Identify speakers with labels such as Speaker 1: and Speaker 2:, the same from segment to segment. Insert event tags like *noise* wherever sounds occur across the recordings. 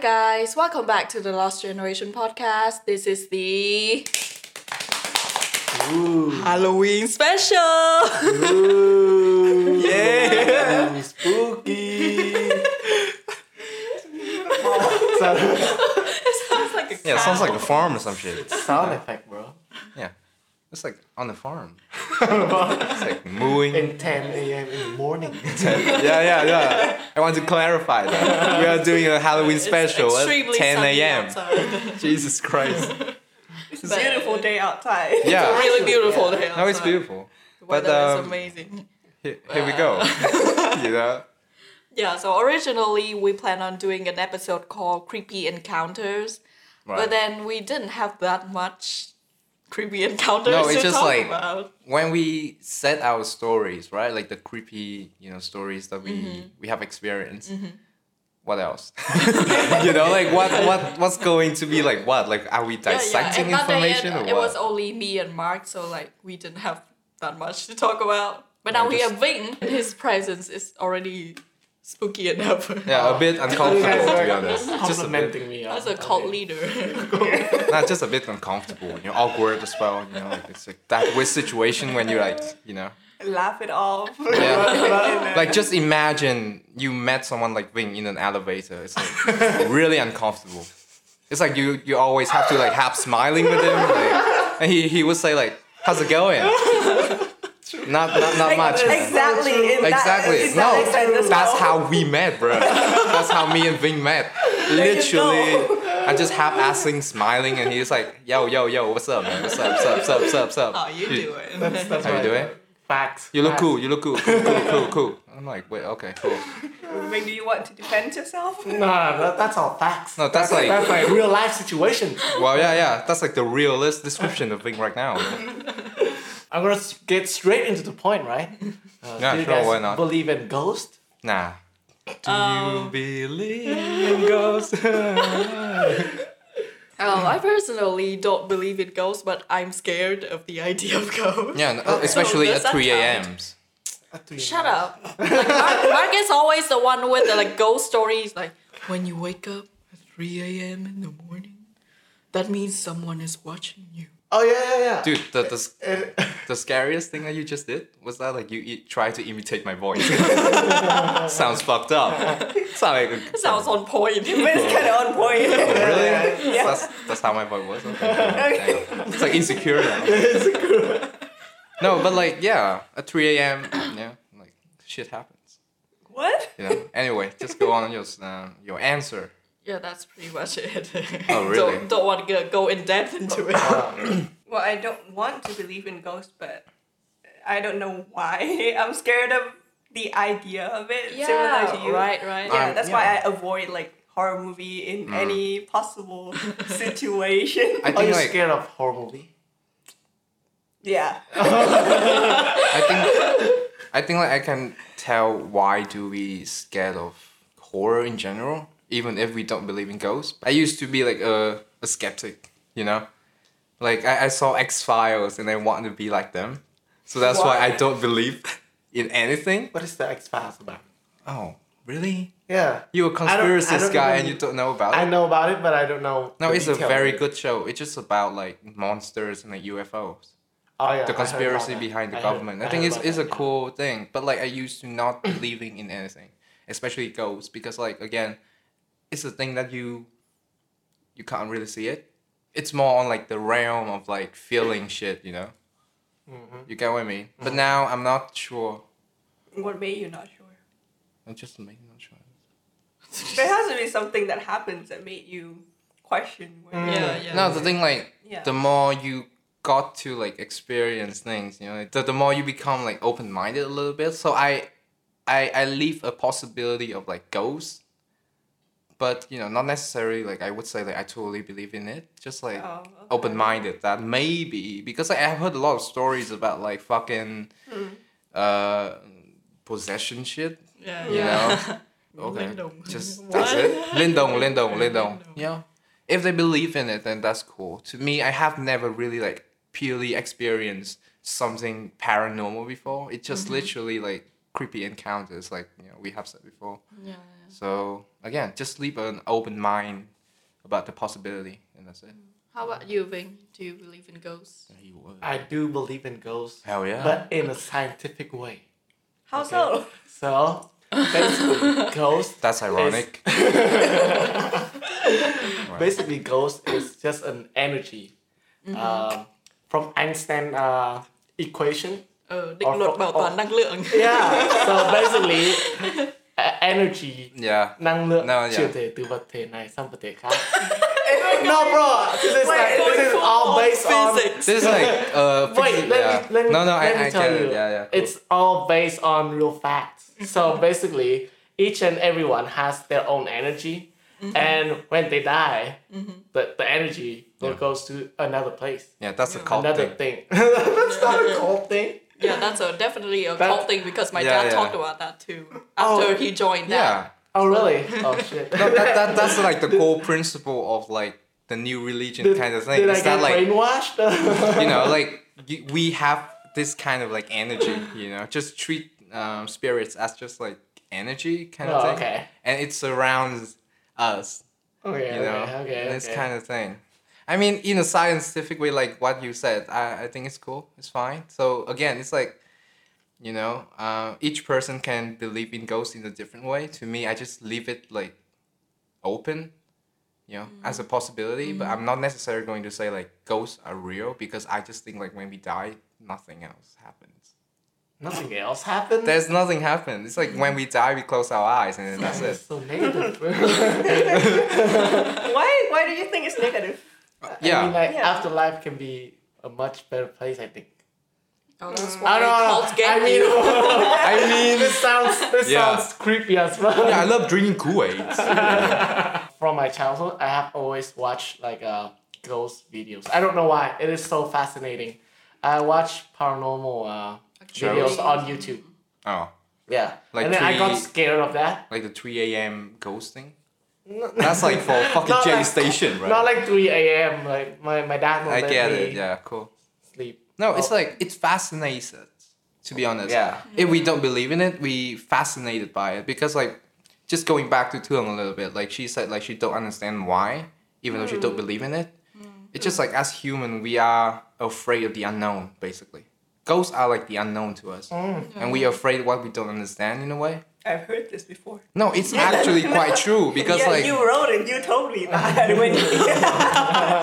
Speaker 1: guys. Welcome back to the Lost Generation podcast. This is the
Speaker 2: Ooh,
Speaker 1: Halloween special.
Speaker 2: ooh,
Speaker 1: Yeah.
Speaker 2: ooh, spooky. sound,
Speaker 1: Sounds like a
Speaker 3: Yeah, it sounds like a farm or some shit.
Speaker 2: sound effect, bro. *laughs*
Speaker 3: Yeah. It's like on the farm.
Speaker 2: In
Speaker 3: It's *laughs* like mooing.
Speaker 2: 10 a.m. in the morning.
Speaker 3: yeah, yeah, yeah. I want to clarify
Speaker 1: *laughs*
Speaker 3: that. We are doing a Halloween special at 10 a.m. *laughs*
Speaker 1: *laughs*
Speaker 3: Jesus Christ.
Speaker 4: It's a beautiful day outside.
Speaker 3: Yeah.
Speaker 1: really beautiful day.
Speaker 3: No, it's
Speaker 1: outside.
Speaker 3: beautiful.
Speaker 1: The
Speaker 3: But
Speaker 1: weather is
Speaker 3: um,
Speaker 1: amazing.
Speaker 3: here, here we
Speaker 1: *laughs*
Speaker 3: go. *laughs* you know?
Speaker 1: Yeah, so originally we planned on doing an episode called Creepy Encounters,
Speaker 3: Right.
Speaker 1: but then we didn't have that much creepy encounters
Speaker 3: No, it's
Speaker 1: to
Speaker 3: just
Speaker 1: talk
Speaker 3: like-
Speaker 1: about.
Speaker 3: when we set our stories, right? Like the creepy, you know, stories that we
Speaker 1: Mm-hmm.
Speaker 3: we have experienced. What else? *laughs* you know, like what what what's going to be like what? Like are we
Speaker 1: Yeah, yeah,
Speaker 3: dissecting
Speaker 1: and that day
Speaker 3: information
Speaker 1: it,
Speaker 3: or
Speaker 1: it
Speaker 3: what?
Speaker 1: was only me and Mark, so like we didn't have that much to talk about. But now
Speaker 3: Yeah,
Speaker 1: we
Speaker 3: just-
Speaker 1: have Ving. and His presence is already spooky enough.
Speaker 3: yeah, a bit
Speaker 2: You guys
Speaker 3: uncomfortable to be
Speaker 2: are
Speaker 3: honest. Just a bit,
Speaker 2: complimenting me.
Speaker 1: As
Speaker 2: uh,
Speaker 1: a cult
Speaker 2: okay.
Speaker 1: leader.
Speaker 2: *laughs*
Speaker 3: not just a bit uncomfortable. You know, awkward as well. You know, like it's like that weird situation when you like, you know,
Speaker 4: *laughs* Laugh it off.
Speaker 3: Yeah. like just imagine you met someone like Ving in an elevator. It's like really uncomfortable. It's like you you always have to like half smiling with him, like, and he he would say like, "How's it
Speaker 2: *laughs*
Speaker 3: going?" Not not not much. man.
Speaker 4: Exactly. in that-
Speaker 3: Exactly.
Speaker 4: in that extent
Speaker 3: No,
Speaker 4: as
Speaker 3: that's
Speaker 4: well.
Speaker 3: how we met, bro. That's how me and Ving met. Literally, I just half asking, smiling, and he's like, "Yo, yo, yo, what's up, man? What's up, what's up, what's up, what's up, what's up?"
Speaker 1: oh, you do it.
Speaker 4: *laughs*
Speaker 2: That's, that's
Speaker 3: How you
Speaker 2: right.
Speaker 3: doing?
Speaker 2: Facts.
Speaker 3: You look
Speaker 2: facts.
Speaker 3: cool. You look cool. Cool, cool, cool, cool. I'm like, wait, okay, cool.
Speaker 4: Maybe you want to defend yourself.
Speaker 2: Nah, that, that's all facts.
Speaker 3: No, that's like-
Speaker 2: that's like real life situation.
Speaker 3: Well, yeah, yeah. That's like the realist description of Ving right now.
Speaker 2: I'm gonna s- get straight into the point, right?
Speaker 3: *laughs*
Speaker 2: Uh,
Speaker 3: Yeah,
Speaker 2: do you
Speaker 3: sure,
Speaker 2: guys
Speaker 3: why not?
Speaker 2: Believe in ghosts?
Speaker 3: Nah. Do you believe in ghosts? *laughs*
Speaker 1: Um, I personally don't believe in ghosts, but I'm scared of the idea of ghosts.
Speaker 3: yeah, no, especially
Speaker 1: Oh, does
Speaker 3: at
Speaker 1: that
Speaker 3: 3
Speaker 1: count?
Speaker 3: a.m.
Speaker 1: Shut up. Like, Mark, Mark is always the one with the like ghost stories. Like when you wake up at 3 a.m. in the morning, that means someone is watching you.
Speaker 2: Oh yeah, yeah, yeah.
Speaker 3: Dude, the, the, s-
Speaker 2: Uh,
Speaker 3: the scariest thing that you just did was that like you e- try to imitate my voice. Sounds fucked up. Sounds like a-
Speaker 1: That sounds on point. *laughs*
Speaker 4: But it's kind of on point.
Speaker 3: really?
Speaker 4: Yeah.
Speaker 3: That's, that's how my voice was. Okay, okay. Damn. It's like insecure now. No, but like yeah, at 3 a.m. *clears throat* Yeah, like shit happens.
Speaker 4: What?
Speaker 3: You know. Anyway, just go on your uh, your answer.
Speaker 1: yeah, that's pretty much it. *laughs*
Speaker 3: Oh, really?
Speaker 1: Don't, don't want to go, go in depth into it.
Speaker 4: *laughs* Well, I don't want to believe in ghosts, but I don't know why. *laughs* I'm scared of the idea of it. similar to you.
Speaker 1: right, right.
Speaker 4: Yeah,
Speaker 3: Um,
Speaker 4: that's
Speaker 3: yeah.
Speaker 4: why I avoid like horror movie in any
Speaker 3: *laughs*
Speaker 4: possible situation.
Speaker 3: Mm. I
Speaker 2: Are
Speaker 3: think
Speaker 2: you
Speaker 3: like
Speaker 2: scared of horror movie?
Speaker 4: *laughs* yeah.
Speaker 3: I think I think like I can tell why do we scared of horror in general, even if we don't believe in ghosts. I used to be like a, a skeptic, you know? Like I, I saw X Files and I want to be like them. So that's why I
Speaker 4: Why?
Speaker 3: don't believe *laughs* in anything.
Speaker 2: What is the X Files about?
Speaker 3: Oh, really?
Speaker 2: Yeah,
Speaker 3: You're a
Speaker 2: I don't- I don't
Speaker 3: conspiracist guy
Speaker 2: even-
Speaker 3: and you don't know about
Speaker 2: I
Speaker 3: it?
Speaker 2: know about it, but I don't know.
Speaker 3: No,
Speaker 2: the
Speaker 3: it's a
Speaker 2: detail.
Speaker 3: very good show. It's just about like monsters and like UFOs.
Speaker 2: Oh, yeah, I heard
Speaker 3: the
Speaker 2: about
Speaker 3: conspiracy
Speaker 2: that.
Speaker 3: behind the
Speaker 2: I heard-
Speaker 3: government. I, think
Speaker 2: heard
Speaker 3: it's,
Speaker 2: about
Speaker 3: it's a
Speaker 2: that, yeah.
Speaker 3: cool thing, but like I used to not believing in anything, especially ghosts, because like again, it's a thing that you you can't really see it. It's more on like the realm of like feeling shit, you know.
Speaker 2: Mm-hmm.
Speaker 3: You get what I mean. But now I'm not sure.
Speaker 4: What made you not sure?
Speaker 3: I'm just making not sure.
Speaker 4: There has to be something that happens that made you question. Where
Speaker 1: *laughs* Mm. yeah, yeah.
Speaker 3: No, the thing like
Speaker 4: Yeah.
Speaker 3: the more you got to like experience things, you know, like, the, the more you become like open minded a little bit. So I, I I leave a possibility of like ghosts, but you know, not necessarily like I would say like I totally believe in it. Just like
Speaker 4: Oh, okay.
Speaker 3: open minded that maybe because I have heard a lot of stories about like fucking,
Speaker 4: Hmm.
Speaker 3: uh, possession shit.
Speaker 1: yeah,
Speaker 3: You
Speaker 1: *laughs* yeah.
Speaker 3: know. *laughs* Okay.
Speaker 1: Lindong.
Speaker 2: *laughs*
Speaker 3: Just that's it. Lindong, Lindong, Lindong. Yeah. If they believe in it, then that's cool. To me, I have never really like purely experienced something paranormal before.
Speaker 2: Mm-hmm.
Speaker 3: It's just literally like creepy encounters, like you know we have said before.
Speaker 1: yeah.
Speaker 3: So again, just leave an open mind about the possibility, and that's it.
Speaker 1: How about you, Ving? Do you believe in ghosts?
Speaker 2: I do believe in ghosts,
Speaker 3: Hell yeah.
Speaker 2: but in a scientific way.
Speaker 4: How
Speaker 2: Okay.
Speaker 4: so?
Speaker 2: So
Speaker 4: *laughs*
Speaker 2: basically, ghosts
Speaker 3: that's ironic.
Speaker 2: basically ghost is just an energy
Speaker 4: Mm-hmm.
Speaker 2: um, from Einstein uh, equation.
Speaker 1: Ờ, định
Speaker 2: Or-
Speaker 1: luật
Speaker 2: or-
Speaker 1: bảo toàn
Speaker 2: or-
Speaker 1: năng lượng. *laughs*
Speaker 2: Yeah. so
Speaker 4: *laughs*
Speaker 2: basically, uh, energy
Speaker 3: *laughs* yeah.
Speaker 2: năng lượng
Speaker 3: No, yeah.
Speaker 2: chuyển thể từ vật thể này sang vật thể khác.
Speaker 3: *laughs*
Speaker 2: no bro, this is like,
Speaker 4: Wait,
Speaker 2: this is
Speaker 4: full
Speaker 2: all based on.
Speaker 1: physics.
Speaker 3: This is like uh.
Speaker 2: *laughs* Wait,
Speaker 3: fixing-
Speaker 2: let
Speaker 3: yeah.
Speaker 2: me let me,
Speaker 3: no, no,
Speaker 2: let
Speaker 3: I,
Speaker 2: me
Speaker 3: I
Speaker 2: tell
Speaker 3: get
Speaker 2: you.
Speaker 3: it. Yeah, yeah.
Speaker 2: It's all based on real facts.
Speaker 3: *laughs*
Speaker 2: So basically, each and everyone has their own energy,
Speaker 3: Mm-hmm.
Speaker 2: and when they die, the, the energy will
Speaker 3: Yeah.
Speaker 2: goes to another place,
Speaker 3: yeah, that's a cult
Speaker 2: another
Speaker 3: thing.
Speaker 2: thing. *laughs* That's not a
Speaker 3: *laughs*
Speaker 2: cult thing.
Speaker 1: Yeah, that's a definitely a
Speaker 2: That-
Speaker 1: cult thing because my
Speaker 3: Yeah,
Speaker 1: dad
Speaker 3: yeah.
Speaker 1: talked about that too after
Speaker 2: Oh.
Speaker 1: he joined that.
Speaker 3: Yeah.
Speaker 2: Oh really? Oh shit.
Speaker 3: No, that, that that's like the core principle of like the new religion
Speaker 2: *laughs* Did-
Speaker 3: kind of thing.
Speaker 2: Did
Speaker 3: It's
Speaker 2: I get
Speaker 3: that like
Speaker 2: brainwashed? *laughs*
Speaker 3: you know, like y- we have this kind of like energy, you know, just treat um, spirits as just like energy kind
Speaker 2: Oh,
Speaker 3: of thing,
Speaker 2: okay.
Speaker 3: and it surrounds us,
Speaker 2: okay,
Speaker 3: you know,
Speaker 2: okay, okay.
Speaker 3: this
Speaker 2: okay.
Speaker 3: kind of thing. I mean, in a scientific way, like what you said, I, I think it's cool, it's fine. So again, it's like, you know, uh, each person can believe in ghosts in a different way. To me, I just leave it like open, you know, as
Speaker 2: Mm.
Speaker 3: a possibility. But I'm not necessarily going to say like ghosts are real because I just think like when we die, nothing else happens.
Speaker 2: Nothing else happened.
Speaker 3: There's nothing happens. It's like when we die, we close our eyes and then that's
Speaker 2: *laughs* That's
Speaker 3: it.
Speaker 2: so negative. bro.
Speaker 4: Why? Why do you think it's negative?
Speaker 3: Yeah.
Speaker 2: I mean, like
Speaker 4: Yeah.
Speaker 2: afterlife can be a much better place. I think.
Speaker 1: Oh, that's
Speaker 2: I
Speaker 1: why
Speaker 2: don't know.
Speaker 1: cults get
Speaker 2: I mean,
Speaker 1: you.
Speaker 2: *laughs*
Speaker 3: I mean,
Speaker 2: this sounds this
Speaker 3: Yeah.
Speaker 2: sounds creepy as well.
Speaker 3: yeah, *laughs* I love drinking Kool-Aid. *laughs*
Speaker 2: *laughs* From my childhood, I have always watched like uh, ghost videos. I don't know why. It is so fascinating. I watch paranormal uh,
Speaker 3: Shows?
Speaker 2: videos on YouTube.
Speaker 3: Oh.
Speaker 2: Yeah,
Speaker 3: Like
Speaker 2: and then I got
Speaker 3: three-
Speaker 2: scared of that.
Speaker 3: Like the 3 a.m. ghosting? That's like
Speaker 2: *laughs*
Speaker 3: for fucking
Speaker 2: Not
Speaker 3: J
Speaker 2: like-
Speaker 3: Station, right?
Speaker 2: Not like three a.m. Like my my dad will
Speaker 3: I
Speaker 2: let
Speaker 3: get
Speaker 2: me
Speaker 3: it, yeah, cool.
Speaker 2: sleep.
Speaker 3: No, it's
Speaker 2: Oh.
Speaker 3: like, it fascinates us, to be honest.
Speaker 2: Yeah.
Speaker 3: If we don't believe in it, we fascinated by it. Because like, just going back to Tulum a little bit, like she said, like she don't understand why, even though she don't
Speaker 2: Mm.
Speaker 3: believe in it. It's just like, as human, we are afraid of the unknown, basically. Ghosts are like the unknown to us.
Speaker 2: Mm.
Speaker 3: And we are afraid what we don't understand in a way.
Speaker 4: I've heard this before.
Speaker 3: No, it's actually quite
Speaker 2: *laughs*
Speaker 3: true because
Speaker 4: yeah,
Speaker 3: like
Speaker 4: you wrote it. You told me
Speaker 3: *laughs*
Speaker 4: that when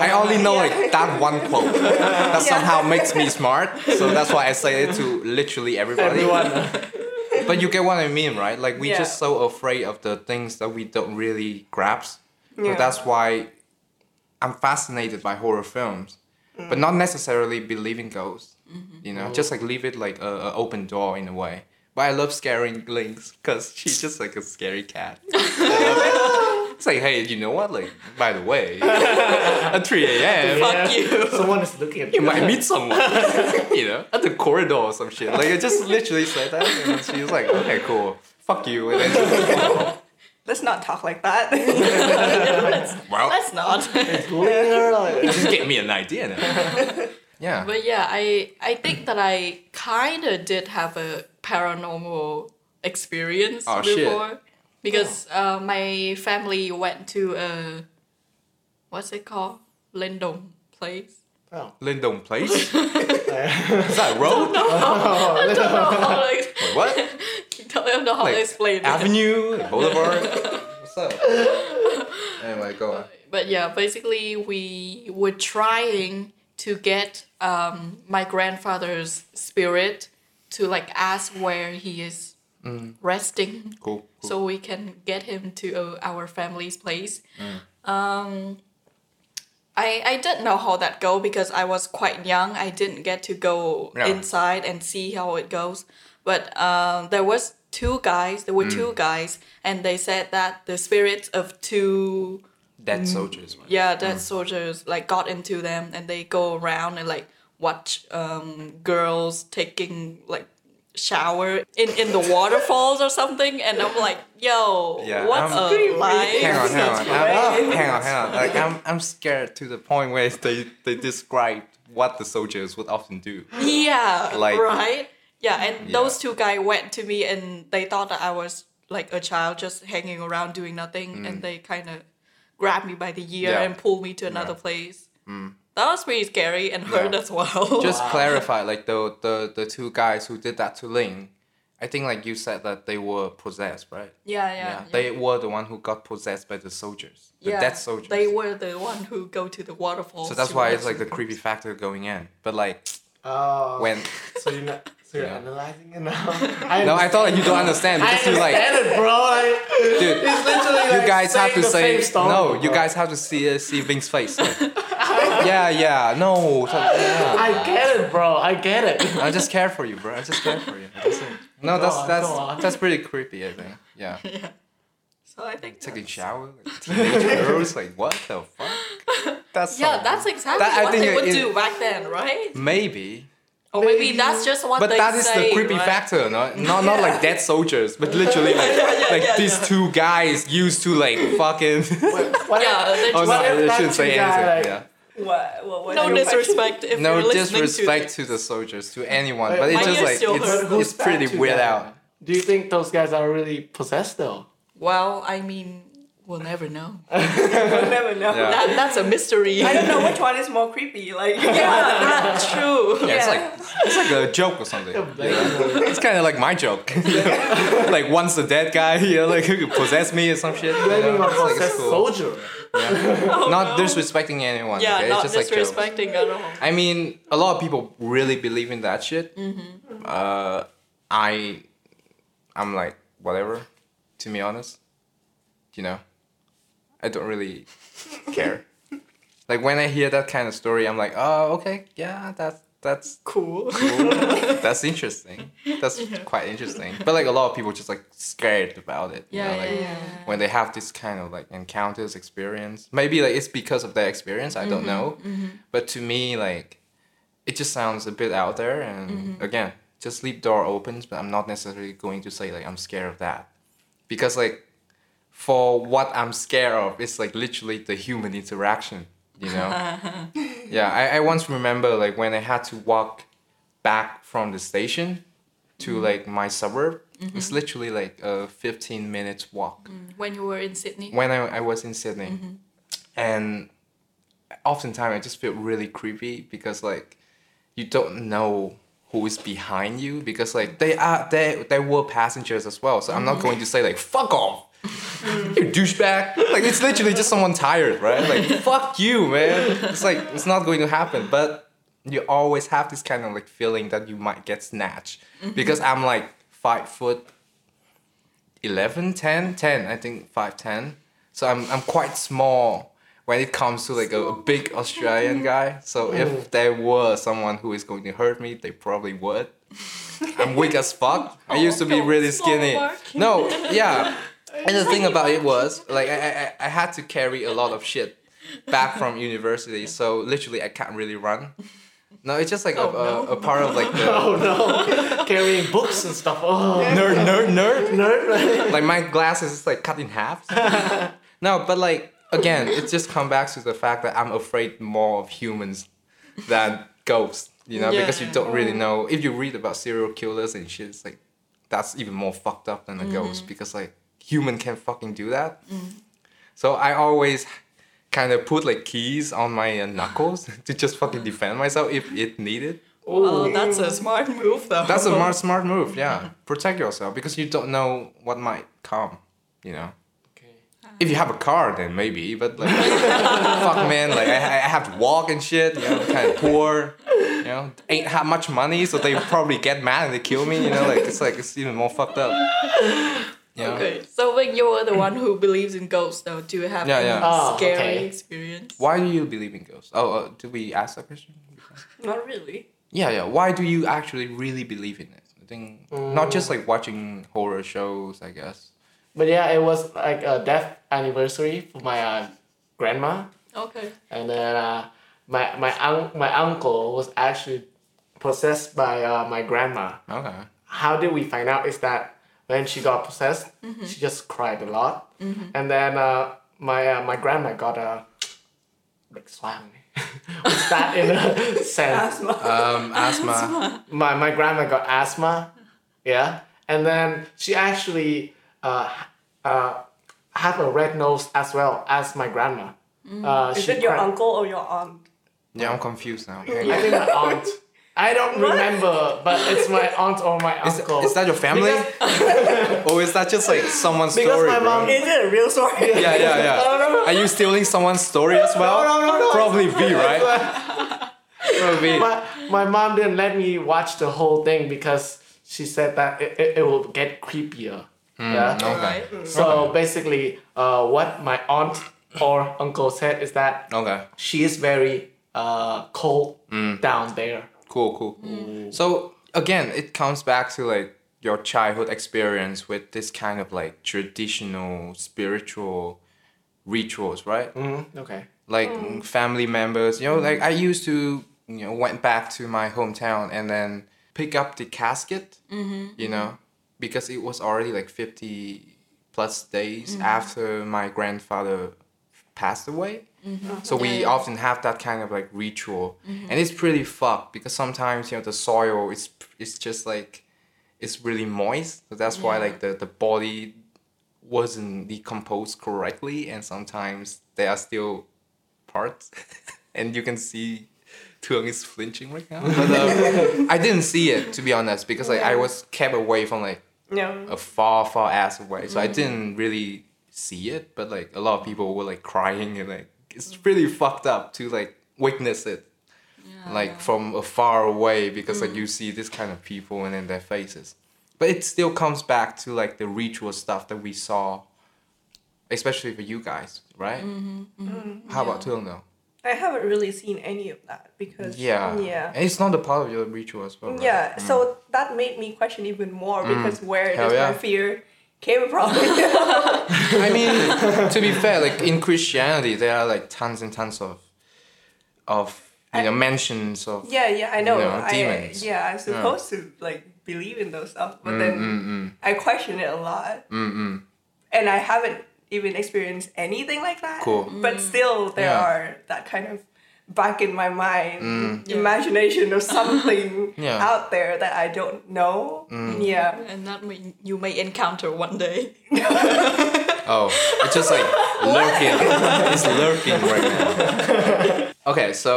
Speaker 3: I only know like that one quote that somehow makes me smart. So that's why I say it to literally everybody. *laughs*
Speaker 2: everyone.
Speaker 3: But you get what I mean, right? Like we
Speaker 4: Yeah.
Speaker 3: just so afraid of the things that we don't really grasp.
Speaker 4: Yeah.
Speaker 3: So that's why I'm fascinated by horror films, but not necessarily believing ghosts.
Speaker 4: Mm-hmm.
Speaker 3: You know, just like leave it like a, a open door in a way. But I love scaring Lynx because she's just like a scary
Speaker 4: *laughs*
Speaker 3: cat. I love it. it's like, hey, you know what? Like, by the way,
Speaker 4: *laughs*
Speaker 3: at 3 a.m.
Speaker 1: Fuck you.
Speaker 2: Someone is looking at
Speaker 3: You might
Speaker 2: *laughs*
Speaker 3: meet someone, *laughs* you know, at the corridor or some shit. Like I just literally said that, and she was like, "Okay, cool, fuck you," and then she was like,
Speaker 4: *laughs* Let's not talk like that. *laughs*
Speaker 3: "Well,
Speaker 1: That's not. *laughs*
Speaker 2: Literally.
Speaker 3: just gave me an idea now."
Speaker 1: *laughs*
Speaker 3: Yeah,
Speaker 1: But yeah, I I think that I kind of did have a paranormal experience
Speaker 3: Oh, shit.
Speaker 1: before because uh, my family went to a what's it called Lindong place. *laughs*
Speaker 2: Oh.
Speaker 3: Lindon Place. Is that a
Speaker 1: I don't
Speaker 3: road?
Speaker 1: know how to, ex-
Speaker 3: What
Speaker 1: don't know how
Speaker 3: Like,
Speaker 1: to explain it.
Speaker 3: avenue? Boulevard? What's up? Anyway, go on.
Speaker 1: But yeah, basically we were trying to get um, my grandfather's spirit to like ask where he is resting.
Speaker 3: Cool. Mm. cool.
Speaker 1: so we can get him to uh, our family's place.
Speaker 3: Mm.
Speaker 1: Um, I I didn't know how that go because I was quite young. I didn't get to go
Speaker 3: Yeah.
Speaker 1: inside and see how it goes. But um, there was two guys. There were
Speaker 3: Mm.
Speaker 1: two guys, and they said that the spirits of two
Speaker 3: Dead soldiers. right?
Speaker 1: mm, yeah dead soldiers like got into them, and they go around and like watch um, girls taking like shower in in the waterfalls or something and i'm like yo
Speaker 3: Yeah,
Speaker 1: what
Speaker 3: I'm-
Speaker 1: a
Speaker 3: Hang on,
Speaker 1: life
Speaker 3: hang on, I'm- hang on, hang on. Like I'm, I'm scared to the point where they, they described what the soldiers would often do.
Speaker 1: yeah
Speaker 3: Like-
Speaker 1: right yeah and
Speaker 3: Yeah.
Speaker 1: those two guys went to me and they thought that i was like a child just hanging around doing nothing, and they kind of grabbed me by the ear
Speaker 3: Mm. Yeah. Mm.
Speaker 1: and pulled me to another place. That was pretty scary and hurt
Speaker 3: Yeah.
Speaker 1: as well. *laughs*
Speaker 3: Just clarify, like the, the the two guys who did that to Ling, I think like you said that they were possessed, right?
Speaker 1: yeah, yeah, yeah.
Speaker 3: They were the one who got possessed by the soldiers, the
Speaker 1: yeah.
Speaker 3: dead soldiers.
Speaker 1: They were the one who go to the waterfall.
Speaker 3: so that's why it's like the creepy factor going in. But like
Speaker 2: *laughs* Oh.
Speaker 3: when
Speaker 2: *laughs* So you're not. So you're
Speaker 3: Yeah.
Speaker 2: analyzing it now.
Speaker 3: *laughs* no, I thought like, you don't understand
Speaker 2: I
Speaker 3: because you like,
Speaker 2: understand it, bro. Like,
Speaker 3: dude,
Speaker 2: it's literally like
Speaker 3: you guys have
Speaker 2: saying
Speaker 3: to
Speaker 2: the
Speaker 3: say
Speaker 2: same story,
Speaker 3: no. You
Speaker 2: bro.
Speaker 3: guys have to see uh, see Ving's face.
Speaker 2: *laughs*
Speaker 3: like, yeah, yeah, no. so- yeah.
Speaker 2: I get it, bro. I get
Speaker 3: *laughs*
Speaker 2: it.
Speaker 3: I just care for you, bro. I just care for you. That's it. No,
Speaker 2: Go
Speaker 3: that's
Speaker 2: on,
Speaker 3: that's
Speaker 2: go on.
Speaker 3: that's pretty creepy. I think. Yeah,
Speaker 1: So I think
Speaker 3: taking shower, like, teenage girls, like what the fuck? That's
Speaker 1: yeah,
Speaker 3: some-
Speaker 1: that's exactly
Speaker 3: That- I
Speaker 1: what
Speaker 3: think
Speaker 1: they would
Speaker 3: it-
Speaker 1: do back then, right?
Speaker 3: maybe.
Speaker 1: Or maybe that's just what
Speaker 3: But
Speaker 1: they
Speaker 3: that is
Speaker 1: say,
Speaker 3: the creepy
Speaker 1: right?
Speaker 3: factor, no? Not not like dead soldiers, but literally like like
Speaker 1: *laughs* yeah,
Speaker 3: these
Speaker 1: yeah.
Speaker 3: two guys used to like fucking.
Speaker 2: What
Speaker 1: Yeah, they
Speaker 3: *laughs* oh
Speaker 1: just-
Speaker 3: no,
Speaker 2: What if
Speaker 3: I
Speaker 2: that
Speaker 3: shouldn't say
Speaker 2: two guy,
Speaker 3: anything.
Speaker 2: like,
Speaker 3: yeah.
Speaker 4: What? What? what
Speaker 1: no
Speaker 4: what-
Speaker 1: disrespect if
Speaker 3: No
Speaker 1: you're listening
Speaker 3: disrespect
Speaker 1: to
Speaker 3: to, the soldiers, to anyone,
Speaker 2: Wait,
Speaker 3: but
Speaker 2: my
Speaker 3: it's just
Speaker 1: ears
Speaker 3: like
Speaker 1: still
Speaker 2: But
Speaker 1: hurt.
Speaker 3: it's,
Speaker 2: who's
Speaker 3: it's
Speaker 2: that
Speaker 3: pretty
Speaker 2: two
Speaker 3: weird
Speaker 2: guy?
Speaker 3: out.
Speaker 2: Do you think those guys are really possessed though?
Speaker 1: Well, I mean, we'll never know.
Speaker 3: Uh,
Speaker 4: We'll *laughs* never know.
Speaker 3: Yeah.
Speaker 1: That, *laughs* that's a mystery. *laughs*
Speaker 4: I don't know which one is more creepy.
Speaker 2: *laughs*
Speaker 4: Like, *laughs* yeah,
Speaker 1: that's true.
Speaker 3: Yeah, it's
Speaker 4: Yeah.
Speaker 3: like it's like a joke or something.
Speaker 1: *laughs*
Speaker 2: Like,
Speaker 3: It's kind of like my joke. *laughs* like once the dead guy, *laughs* you know, like possess me or some shit. you
Speaker 2: Blaming
Speaker 3: know?
Speaker 2: on
Speaker 3: It's like, it's
Speaker 2: possessed
Speaker 3: cool.
Speaker 2: soldier. *laughs*
Speaker 3: Not disrespecting anyone.
Speaker 1: Yeah,
Speaker 3: okay?
Speaker 1: not
Speaker 3: it's just like jokes.
Speaker 1: disrespecting at all.
Speaker 3: I mean, a lot of people really believe in that shit.
Speaker 1: Mm-hmm.
Speaker 3: Uh, I, I'm like whatever. To be honest, you know, I don't really
Speaker 1: *laughs*
Speaker 3: care. like when I hear that kind of story, I'm like, oh, okay, yeah, that's that's
Speaker 1: Cool. *laughs*
Speaker 3: cool. that's interesting. That's quite interesting. But like a lot of people just like scared about it. you
Speaker 1: Yeah,
Speaker 3: know, like,
Speaker 1: yeah, yeah.
Speaker 3: When they have this kind of like encounters, experience, maybe like it's because of their experience. I don't know. But to me, like, it just sounds a bit out there. And again, just leave door opens. But I'm not necessarily going to say like I'm scared of that, because like, for what I'm scared of, it's like literally the human interaction. You know. Yeah, I, I once remember like when I had to walk back from the station to like my suburb. It's literally like a 15 minutes walk
Speaker 1: When you were in Sydney.
Speaker 3: when I, I was in Sydney. And oftentimes I just feel really creepy because like you don't know who is behind you because like they are they they were passengers as well. So I'm not going to say like fuck off. You douchebag! Like it's literally just someone tired, right? Like fuck you, man. It's like it's not going to happen. But you always have this kind of like feeling that you might get snatched because I'm like five foot 11 10 10 i think 5 10 so i'm, I'm quite small when it comes to like a, a big australian guy so if there were someone who is going to hurt me they probably would i'm weak as fuck i used to be
Speaker 1: don't
Speaker 3: really
Speaker 1: Oh, small
Speaker 3: skinny
Speaker 1: mark.
Speaker 3: no
Speaker 1: *laughs*
Speaker 3: yeah and the thing about it was like I, I I- i had to carry a lot of shit back from university so literally i can't really run no it's just like a,
Speaker 1: Oh,
Speaker 3: a, a part of like the
Speaker 2: Oh
Speaker 3: *laughs*
Speaker 2: no, carrying books and stuff. Oh,
Speaker 3: nerd nerd nerd
Speaker 2: nerd.
Speaker 3: like my glasses is like cut in half. no, but like again, it just comes back to the fact that I'm afraid more of humans than ghosts. You know,
Speaker 1: Yeah.
Speaker 3: because you don't really know. If you read about serial killers and shit, it's like that's even more fucked up than a ghost because like human can fucking do that. So I always kind of put like keys on my uh, knuckles *laughs* to just fucking defend myself if it needed.
Speaker 1: Oh, that's a smart move, though. *laughs*
Speaker 3: That's a smart, smart move. Yeah, protect yourself because you don't know what might come. You know.
Speaker 2: Okay.
Speaker 3: If you have a car, then maybe. But like, *laughs* fuck, man, like I, I have to walk and shit. You know, kind of poor. You know, ain't have much money, so they probably get mad and they kill me. You know, like it's like it's even more fucked up. You know?
Speaker 1: Okay. So when you were the one who believes in ghosts, though, do you have
Speaker 3: Yeah,
Speaker 1: any
Speaker 3: yeah.
Speaker 2: Oh,
Speaker 1: scary
Speaker 2: okay.
Speaker 1: experience?
Speaker 3: Why do you believe in ghosts? Oh, uh, did we ask that question?
Speaker 4: not
Speaker 2: *laughs*
Speaker 4: really.
Speaker 3: Yeah, yeah. Why do you actually really believe in it? I think not just like watching horror shows. I guess.
Speaker 2: But yeah, it was like a death anniversary for my uh, grandma,
Speaker 1: Okay.
Speaker 2: and then uh, my my un- my uncle was actually possessed by uh, my grandma.
Speaker 3: Okay.
Speaker 2: how did we find out is that when she got possessed, she just cried a lot, and then uh, my uh, my grandma got a like slang. *laughs* What's that in a sense?
Speaker 4: Asthma.
Speaker 3: Um, asthma.
Speaker 2: My my grandma got asthma, yeah, and then she actually uh, uh, have a red nose as well as my grandma. Uh,
Speaker 4: Mm. Is
Speaker 2: she
Speaker 4: it your
Speaker 2: cried-
Speaker 4: uncle or your aunt?
Speaker 3: Yeah, I'm confused now. Hang
Speaker 2: I
Speaker 3: on.
Speaker 2: think my aunt. I don't remember, but it's my aunt or my
Speaker 3: Is,
Speaker 2: uncle.
Speaker 3: is that your family? *laughs* or is that just like someone's
Speaker 2: Because
Speaker 3: story?
Speaker 2: my
Speaker 3: bro?
Speaker 2: mom-
Speaker 4: Is it a real story?
Speaker 3: Yeah, yeah,
Speaker 2: *laughs*
Speaker 3: yeah. Are you stealing someone's story as well?
Speaker 2: No, no, no, no.
Speaker 3: Probably
Speaker 2: *laughs*
Speaker 3: B, right? Probably.
Speaker 2: my, my mom didn't let me watch the whole thing because she said that it, it, it will get creepier.
Speaker 3: Hmm,
Speaker 2: yeah.
Speaker 3: Okay.
Speaker 2: So basically, uh, what my aunt or uncle said is that
Speaker 3: Okay.
Speaker 2: she is very uh, cold down there.
Speaker 3: Cool, cool.
Speaker 2: Mm.
Speaker 3: So again, it comes back to like your childhood experience with this kind of like traditional spiritual rituals, right?
Speaker 2: Mm, okay.
Speaker 3: Like family members, you know, like I used to, you know, went back to my hometown and then pick up the casket, you know, because it was already like 50 plus days after my grandfather passed away. So we
Speaker 1: Mm-hmm. Yeah. Mm-hmm.
Speaker 3: often have that kind of like ritual, and it's pretty fucked because sometimes you know the soil is it's just like it's really moist. So that's why like the the body wasn't decomposed correctly, and sometimes there are still parts, *laughs* and you can see. Tuang is flinching right now, but
Speaker 1: *laughs*
Speaker 3: um, I didn't see it to be honest because like I was kept away from like
Speaker 4: *laughs* No.
Speaker 3: a far far ass away so i didn't really see it but like a lot of people were like crying and like it's really fucked up to like witness it like from a far away because like you see this kind of people and then their faces but it still comes back to like the ritual stuff that we saw especially for you guys right
Speaker 4: Mm-hmm.
Speaker 3: how about Tuong though
Speaker 4: I haven't really seen any of that because
Speaker 3: yeah
Speaker 4: yeah.
Speaker 3: and it's not a part of your ritual as well right?
Speaker 4: Yeah, so that made me question even more because where
Speaker 3: Mm. Hell
Speaker 4: does
Speaker 3: yeah.
Speaker 4: my fear came
Speaker 3: *laughs*
Speaker 4: from? *laughs*
Speaker 3: I mean, to be fair, like in Christianity, there are like tons and tons of, of you
Speaker 4: I-
Speaker 3: know, mentions of.
Speaker 4: yeah, yeah, I know.
Speaker 3: No,
Speaker 4: I,
Speaker 3: demons. Mm,
Speaker 4: Yeah, I'm supposed to like believe in those stuff, but then I question it a lot,
Speaker 3: Mm-mm.
Speaker 4: and I haven't even experienced anything like that.
Speaker 3: Cool.
Speaker 1: Mm.
Speaker 4: But still, there
Speaker 3: Yeah. Mm.
Speaker 4: are that kind of back in my mind
Speaker 1: Yeah.
Speaker 4: imagination of something
Speaker 3: *laughs* Yeah. Mm.
Speaker 4: out there that I don't know. Yeah.
Speaker 1: and that may, you may encounter one day. *laughs*
Speaker 3: Oh, it's just like lurking. it's lurking right now. Okay, so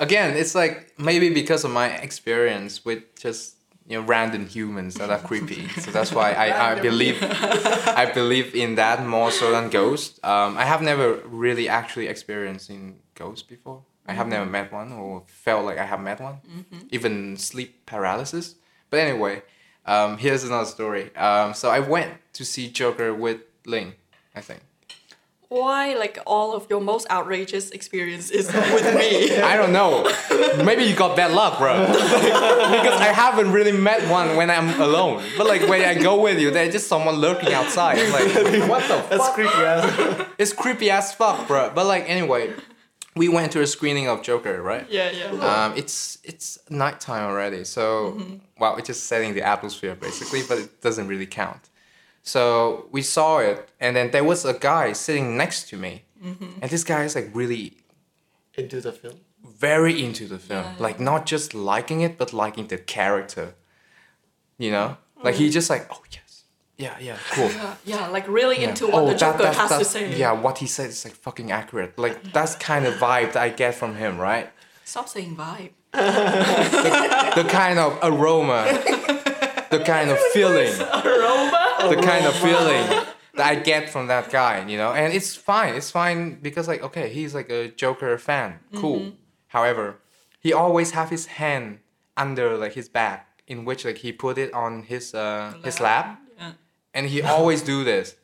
Speaker 3: again, it's like maybe because of my experience with just you know random humans that are creepy. so that's why I, I
Speaker 4: Random.
Speaker 3: believe I believe in that more so than ghosts. Um, I have never really actually experienced in ghosts before. I have never met one or felt like I have met one, even sleep paralysis. But anyway, um, here's another story. Um, so I went to see Joker with Ling, I think.
Speaker 1: Why, like, all of your most outrageous experience is *laughs* with
Speaker 3: *laughs*
Speaker 1: me?
Speaker 3: I don't know. Maybe you got bad luck, bro. because I haven't really met one when I'm alone. But like when I go with you, there's just someone lurking outside. I'm like, what the
Speaker 2: That's
Speaker 3: fuck?
Speaker 2: creepy. Ass.
Speaker 3: It's creepy as fuck, bro. But like anyway, we went to a screening of Joker, right?
Speaker 1: yeah, yeah.
Speaker 3: Um, it's it's nighttime already, so wow, it's just setting the atmosphere basically, but it doesn't really count. So we saw it, and then there was a guy sitting next to me, and this guy is like really
Speaker 2: *laughs* Into the film.
Speaker 3: very into the film, like not just liking it, but liking the character. You know, like he just like oh yes, yeah yeah cool.
Speaker 1: Yeah, like, really
Speaker 3: Yeah. Oh,
Speaker 1: into what the
Speaker 3: that-
Speaker 1: Joker
Speaker 3: that's-
Speaker 1: has to
Speaker 3: that's-
Speaker 1: say.
Speaker 3: Yeah, what he said is like fucking accurate. Like that's kind of vibe that I get from him, right?
Speaker 1: Stop saying vibe.
Speaker 3: The kind of
Speaker 1: *laughs*
Speaker 3: aroma, the kind of feeling,
Speaker 1: Aroma?
Speaker 3: the kind of feeling that I get from that guy, you know. And it's fine. It's fine because like okay, he's like a Joker fan. Cool.
Speaker 1: Mm-hmm.
Speaker 3: However, he always have his hand under like his back, in which like he put it on his uh his lap,
Speaker 1: Yeah.
Speaker 3: and he always do this.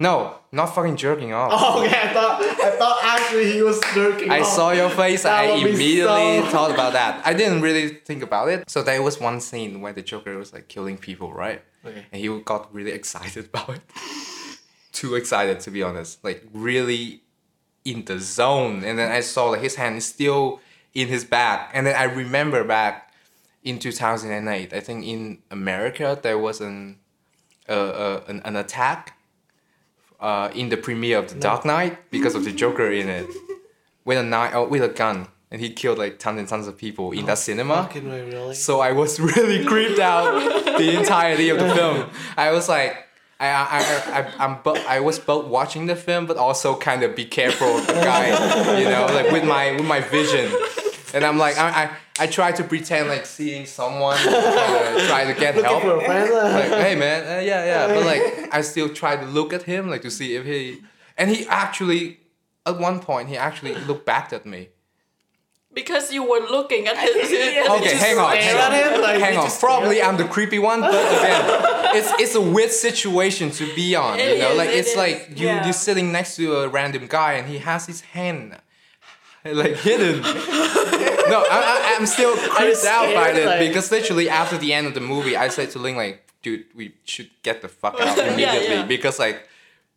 Speaker 3: No, not fucking jerking
Speaker 1: *laughs*
Speaker 3: off.
Speaker 2: Oh, okay, I thought I thought actually he was lurking.
Speaker 3: I
Speaker 2: *laughs* Oh.
Speaker 3: saw your face.
Speaker 2: That
Speaker 3: I
Speaker 2: would be
Speaker 3: immediately
Speaker 2: so-
Speaker 3: thought about that. I didn't really think about it. So there was one scene where the Joker was like killing people, right?
Speaker 2: Okay.
Speaker 3: And he got really excited *laughs* about it. Too excited, to be honest. Like really in the zone. And then I saw like his hand is still in his back. And then I remember back in 2008. I think in America there was an uh, uh, an, an attack uh, in the premiere of The Dark Knight because of the Joker in it with a knife oh, with a gun and he killed like tons and tons of people in that cinema.
Speaker 2: Fucking way, really?
Speaker 3: *laughs* So I was really creeped out the entirety of the film. I was like, I I I I, I'm bo- I was both watching the film, but also kind of be careful of the guy, you know, like with my with my vision. And I'm like, I I, I try to pretend like seeing someone, uh, try to get
Speaker 2: Looking
Speaker 3: help.
Speaker 2: for a friend. uh,
Speaker 3: Like, hey man, uh, yeah yeah, but like I still try to look at him like to see if he, and he actually, at one point he actually looked back at me.
Speaker 1: Because you were looking at his.
Speaker 4: Yeah.
Speaker 3: Okay,
Speaker 2: just
Speaker 3: hang on,
Speaker 2: stare
Speaker 3: hang
Speaker 2: at
Speaker 3: on,
Speaker 2: him, like,
Speaker 3: hang
Speaker 2: you
Speaker 3: on.
Speaker 2: just
Speaker 3: Probably I'm the creepy one, but
Speaker 1: *laughs*
Speaker 3: again, it's it's a weird situation to be on.
Speaker 1: It
Speaker 3: you know,
Speaker 1: is,
Speaker 3: like
Speaker 1: it
Speaker 3: it's
Speaker 1: is.
Speaker 3: like you
Speaker 4: Yeah.
Speaker 3: you're sitting next to a random guy and he has his hand *laughs* like
Speaker 1: *laughs*
Speaker 3: hidden. no, I, I, I'm still creeped out by
Speaker 2: scared?
Speaker 3: it
Speaker 2: Like-
Speaker 3: because literally after the end of the movie, I said to Ling like, dude, we should get the fuck
Speaker 1: *laughs*
Speaker 3: out
Speaker 1: Yeah,
Speaker 3: immediately
Speaker 1: yeah.
Speaker 3: because like.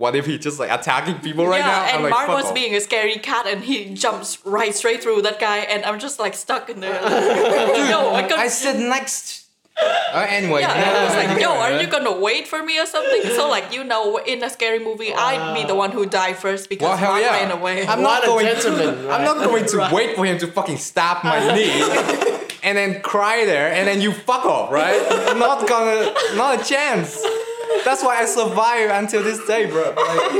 Speaker 3: What if he just like attacking people right
Speaker 1: yeah,
Speaker 3: now?
Speaker 1: and
Speaker 3: I'm like,
Speaker 1: Mark
Speaker 3: fuck
Speaker 1: was
Speaker 3: off.
Speaker 1: being a scary cat, and he jumps right straight through that guy, and I'm just like stuck in
Speaker 3: *laughs*
Speaker 1: there. *laughs* no, I
Speaker 3: I
Speaker 1: couldn't.
Speaker 3: sit
Speaker 1: *laughs*
Speaker 3: next. Uh, anyway,
Speaker 1: Yeah, and I was like, yo,
Speaker 3: yeah.
Speaker 1: are you gonna wait for me or something? So, like, you know, in a scary movie, I'd be the one who die first because
Speaker 3: Well, hell
Speaker 1: Mark
Speaker 3: yeah.
Speaker 1: ran away.
Speaker 3: I'm
Speaker 2: What
Speaker 3: not
Speaker 2: a
Speaker 3: going.
Speaker 2: gentleman,
Speaker 3: *laughs* I'm
Speaker 2: right?
Speaker 3: not going to wait for him to fucking stab my knee, and then cry there, and then you fuck off, right? not gonna, not a chance. That's why I survive until this day, bro. Like,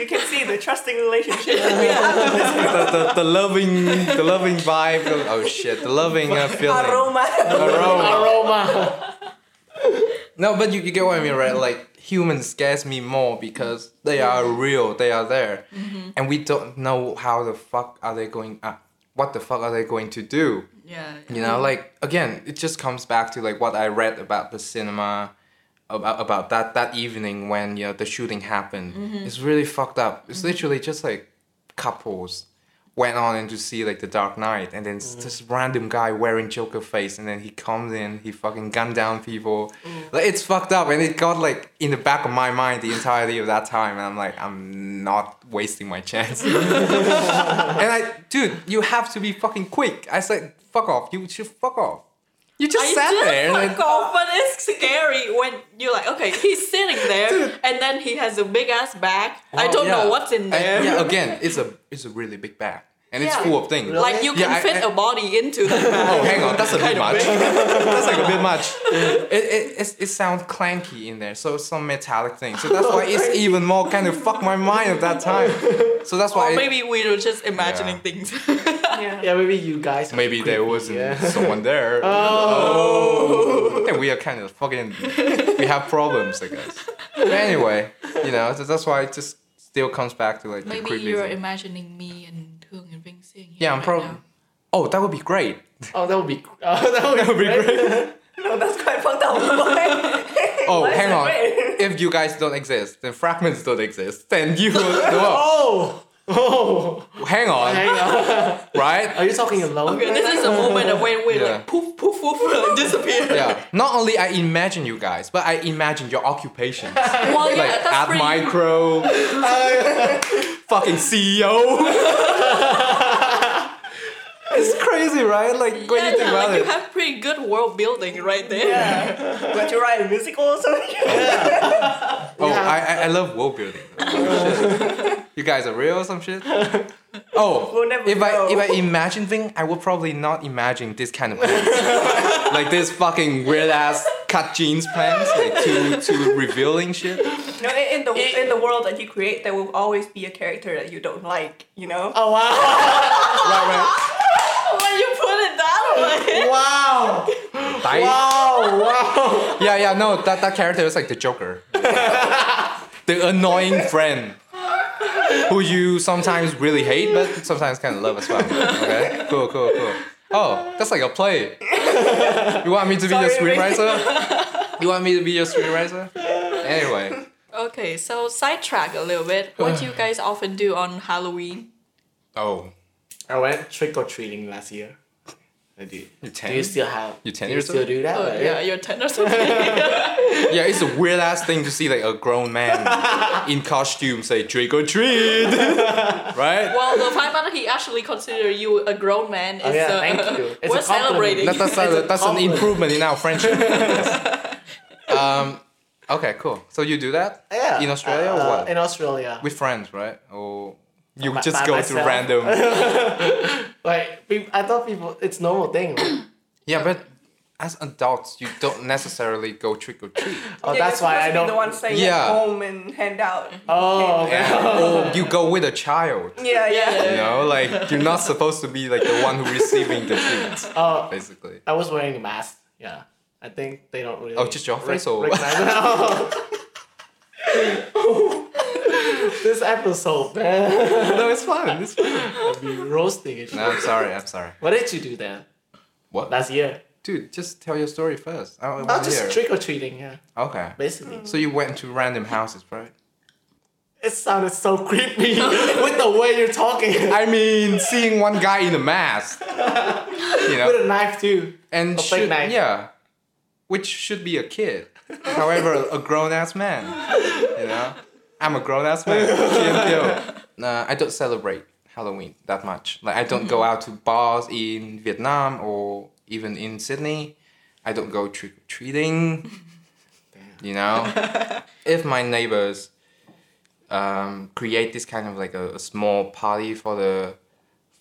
Speaker 4: You can see the trusting
Speaker 1: *laughs*
Speaker 4: relationship.
Speaker 3: the, the, the loving, the loving vibe. the- oh shit, the loving uh, feeling.
Speaker 4: Aroma.
Speaker 3: Aroma.
Speaker 2: Aroma.
Speaker 3: No, but you, you get what I mean, right? Like humans scares me more because they are real, they are there, and we don't know how the fuck are they going. Uh, what the fuck are they going to do?
Speaker 1: yeah.
Speaker 3: You know, like again, it just comes back to like what I read about the cinema, about about that that evening when you know the shooting happened. It's really fucked up. It's literally just like couples went on and to see like the Dark Knight, and then s- this random guy wearing Joker face, and then he comes in, he fucking gunned down people. Like it's fucked up, and it got like in the back of my mind the entirety of that time, and I'm like, I'm not wasting my *laughs* chance. And I, dude, you have to be fucking quick. I said, fuck off. You should fuck off. You just
Speaker 1: I
Speaker 3: sat
Speaker 1: did
Speaker 3: there. and
Speaker 1: fuck off, but it's scary when you're like, okay, he's sitting there, and then he has a big ass bag. I
Speaker 3: Oh,
Speaker 1: don't
Speaker 3: yeah.
Speaker 1: know what's in
Speaker 3: And-
Speaker 1: there.
Speaker 3: yeah, uh, again, it's a it's a really big bag, and it's
Speaker 1: Yeah.
Speaker 3: full of things.
Speaker 1: Like you
Speaker 3: Yeah,
Speaker 1: can
Speaker 3: I-
Speaker 1: fit a
Speaker 3: I-
Speaker 1: body into that bag.
Speaker 3: *laughs* Oh, hang on, that's a bit
Speaker 1: *laughs* Kind of
Speaker 3: much.
Speaker 1: big.
Speaker 3: that's like a bit much. It, it, it, it sounds clanky in there, so some metallic thing. So that's why
Speaker 1: *laughs*
Speaker 3: it's even more kind of fuck my mind at that time. So that's why
Speaker 1: Or
Speaker 3: it-
Speaker 1: maybe we were just imagining things. *laughs*
Speaker 2: *laughs*
Speaker 4: Yeah.
Speaker 2: Yeah, maybe you guys. are
Speaker 3: maybe there
Speaker 2: creepy,
Speaker 3: wasn't
Speaker 2: yeah. *laughs*
Speaker 3: someone there. Oh. Then we are kind of fucking. We have problems, I guess. But anyway, you know, so that's why it just still comes back to like the
Speaker 1: maybe
Speaker 3: creepy
Speaker 1: you're
Speaker 3: thing.
Speaker 1: imagining me and Hung and Ring sitting here.
Speaker 3: Yeah, I'm
Speaker 1: right
Speaker 3: probably.
Speaker 1: now.
Speaker 3: Oh, that would be great.
Speaker 2: Oh, that would be. *laughs* Oh, *laughs* that would
Speaker 3: That would be great.
Speaker 4: *laughs*
Speaker 2: *laughs*
Speaker 4: No, that's quite fucked up. *laughs* Why?
Speaker 3: Oh,
Speaker 4: Why is
Speaker 3: hang
Speaker 4: it
Speaker 3: on. *laughs*
Speaker 4: red? *laughs*
Speaker 3: If you guys don't exist, then fragments don't exist. Then you. *laughs* Whoa,
Speaker 2: Oh. Oh.
Speaker 3: hang
Speaker 2: *laughs*
Speaker 3: on,
Speaker 2: Hang on.
Speaker 3: right?
Speaker 2: Are you talking alone?
Speaker 1: Okay, this is a moment of when we
Speaker 3: Yeah.
Speaker 1: like poof poof *laughs* poof disappear.
Speaker 3: Yeah. Not only I imagine you guys, but I imagine your occupations.
Speaker 1: Well, yeah,
Speaker 3: like
Speaker 1: that's
Speaker 3: at
Speaker 1: pretty. *laughs*
Speaker 3: micro, fucking E CEO. *laughs* it's crazy, right? Like when
Speaker 1: yeah,
Speaker 3: you think
Speaker 1: yeah,
Speaker 3: about
Speaker 1: like
Speaker 3: it,
Speaker 1: you have pretty good world building right there.
Speaker 4: Yeah. Would you write a musical or something?
Speaker 3: oh,
Speaker 2: Yeah.
Speaker 3: I, I I love
Speaker 1: *laughs*
Speaker 3: world building. Oh, shit. you guys are real or some shit. Oh,
Speaker 4: We'll never
Speaker 3: if
Speaker 4: know.
Speaker 3: I if I imagine thing, I would probably not imagine this kind
Speaker 1: *laughs*
Speaker 3: of pants, like this fucking weird ass cut jeans pants, like too too revealing shit.
Speaker 4: No, in in the in the world that you create, there will always be a character that you don't like. You know.
Speaker 2: *laughs* Oh wow!
Speaker 3: Right, right.
Speaker 1: *laughs* When you put it
Speaker 3: *laughs*
Speaker 1: that way.
Speaker 2: *laughs* Wow!
Speaker 3: Bye.
Speaker 2: Wow! Oh, Wow!
Speaker 3: Yeah, yeah, no, that, that character is like the Joker. the annoying friend. Who you sometimes really hate, but sometimes kind of love as well. Okay? Cool, cool, cool. Oh, that's like a play. You want me to be your
Speaker 4: Sorry.
Speaker 3: screenwriter? You want me to be your screenwriter? Anyway.
Speaker 1: Okay, so sidetrack a little bit. What do you guys often do on Halloween?
Speaker 3: Oh,
Speaker 2: I went trick or treating last year. I did. Do
Speaker 3: you
Speaker 2: you
Speaker 3: 10?
Speaker 2: still have?
Speaker 3: You ten
Speaker 2: do you
Speaker 3: years
Speaker 2: still
Speaker 3: old?
Speaker 2: do that?
Speaker 1: Oh,
Speaker 2: right?
Speaker 1: yeah, you're ten or
Speaker 3: *laughs*
Speaker 1: something.
Speaker 3: Yeah, it's a weird ass thing to see like a grown man in costume say trick or treat. right?
Speaker 1: well, the fact that he actually consider you a grown man is
Speaker 2: Oh, yeah,
Speaker 1: uh, *laughs*
Speaker 2: thank you. It's a
Speaker 1: we're
Speaker 2: compliment.
Speaker 1: celebrating.
Speaker 3: That,
Speaker 1: *laughs*
Speaker 3: that's
Speaker 2: It's a
Speaker 3: a, that's an
Speaker 2: compliment.
Speaker 3: improvement in our
Speaker 2: *laughs*
Speaker 3: friendship. Yes. um, okay, cool. So you do that?
Speaker 2: Yeah.
Speaker 3: In Australia or
Speaker 2: Uh,
Speaker 3: what?
Speaker 2: In
Speaker 3: *laughs*
Speaker 2: Australia.
Speaker 3: With friends, right? Or you
Speaker 2: By-
Speaker 3: just
Speaker 2: by
Speaker 3: go to
Speaker 2: myself. *laughs*
Speaker 3: random. *coughs*
Speaker 2: Like, peop- I thought people, it's normal thing. right?
Speaker 3: yeah, but as adults, you don't necessarily go trick or treat.
Speaker 2: *laughs* Oh,
Speaker 4: Yeah,
Speaker 2: that's
Speaker 4: you're
Speaker 2: why
Speaker 4: supposed
Speaker 2: I
Speaker 4: to be
Speaker 2: don't.
Speaker 4: The one staying
Speaker 3: Yeah.
Speaker 4: at home and hand out. Mm-hmm.
Speaker 2: Oh, okay.
Speaker 3: Yeah. Or you go with a child.
Speaker 4: Yeah, yeah.
Speaker 1: Yeah.
Speaker 3: You know, like you're not supposed to be like the one who receiving the treat,
Speaker 2: *laughs* Oh,
Speaker 3: basically.
Speaker 2: I was wearing a mask. Yeah, I think they don't really.
Speaker 3: Oh, just your
Speaker 2: rec-
Speaker 3: face or-
Speaker 2: recognize-
Speaker 3: *laughs*
Speaker 2: *laughs* this episode, man,
Speaker 3: no, it's fine. It's fine.
Speaker 2: I'll be roasting it.
Speaker 3: No, I'm sorry. I'm sorry.
Speaker 2: What did you do then
Speaker 3: What?
Speaker 2: last year?
Speaker 3: Dude, just tell your story first. I don't
Speaker 2: Oh,
Speaker 3: wanna
Speaker 2: just
Speaker 3: hear.
Speaker 2: trick or treating. Yeah,
Speaker 3: Okay.
Speaker 2: basically.
Speaker 3: So you went to random houses, right?
Speaker 2: It sounded so creepy *laughs* with the way you're talking.
Speaker 3: *laughs* I mean, seeing one guy in a mask, you
Speaker 2: with
Speaker 3: know,
Speaker 2: a knife too.
Speaker 3: and
Speaker 2: a fake
Speaker 3: should,
Speaker 2: knife.
Speaker 3: yeah, which should be a kid. *laughs* However, a grown ass man, you know, I'm a grown ass man. Chill, chill. Uh, I don't celebrate Halloween that much. Like I don't
Speaker 2: Mm-hmm.
Speaker 3: go out to bars in Vietnam or even in Sydney. I don't go trick or treating.
Speaker 2: *laughs*
Speaker 3: You know, if my neighbors um, create this kind of like a, a small party for the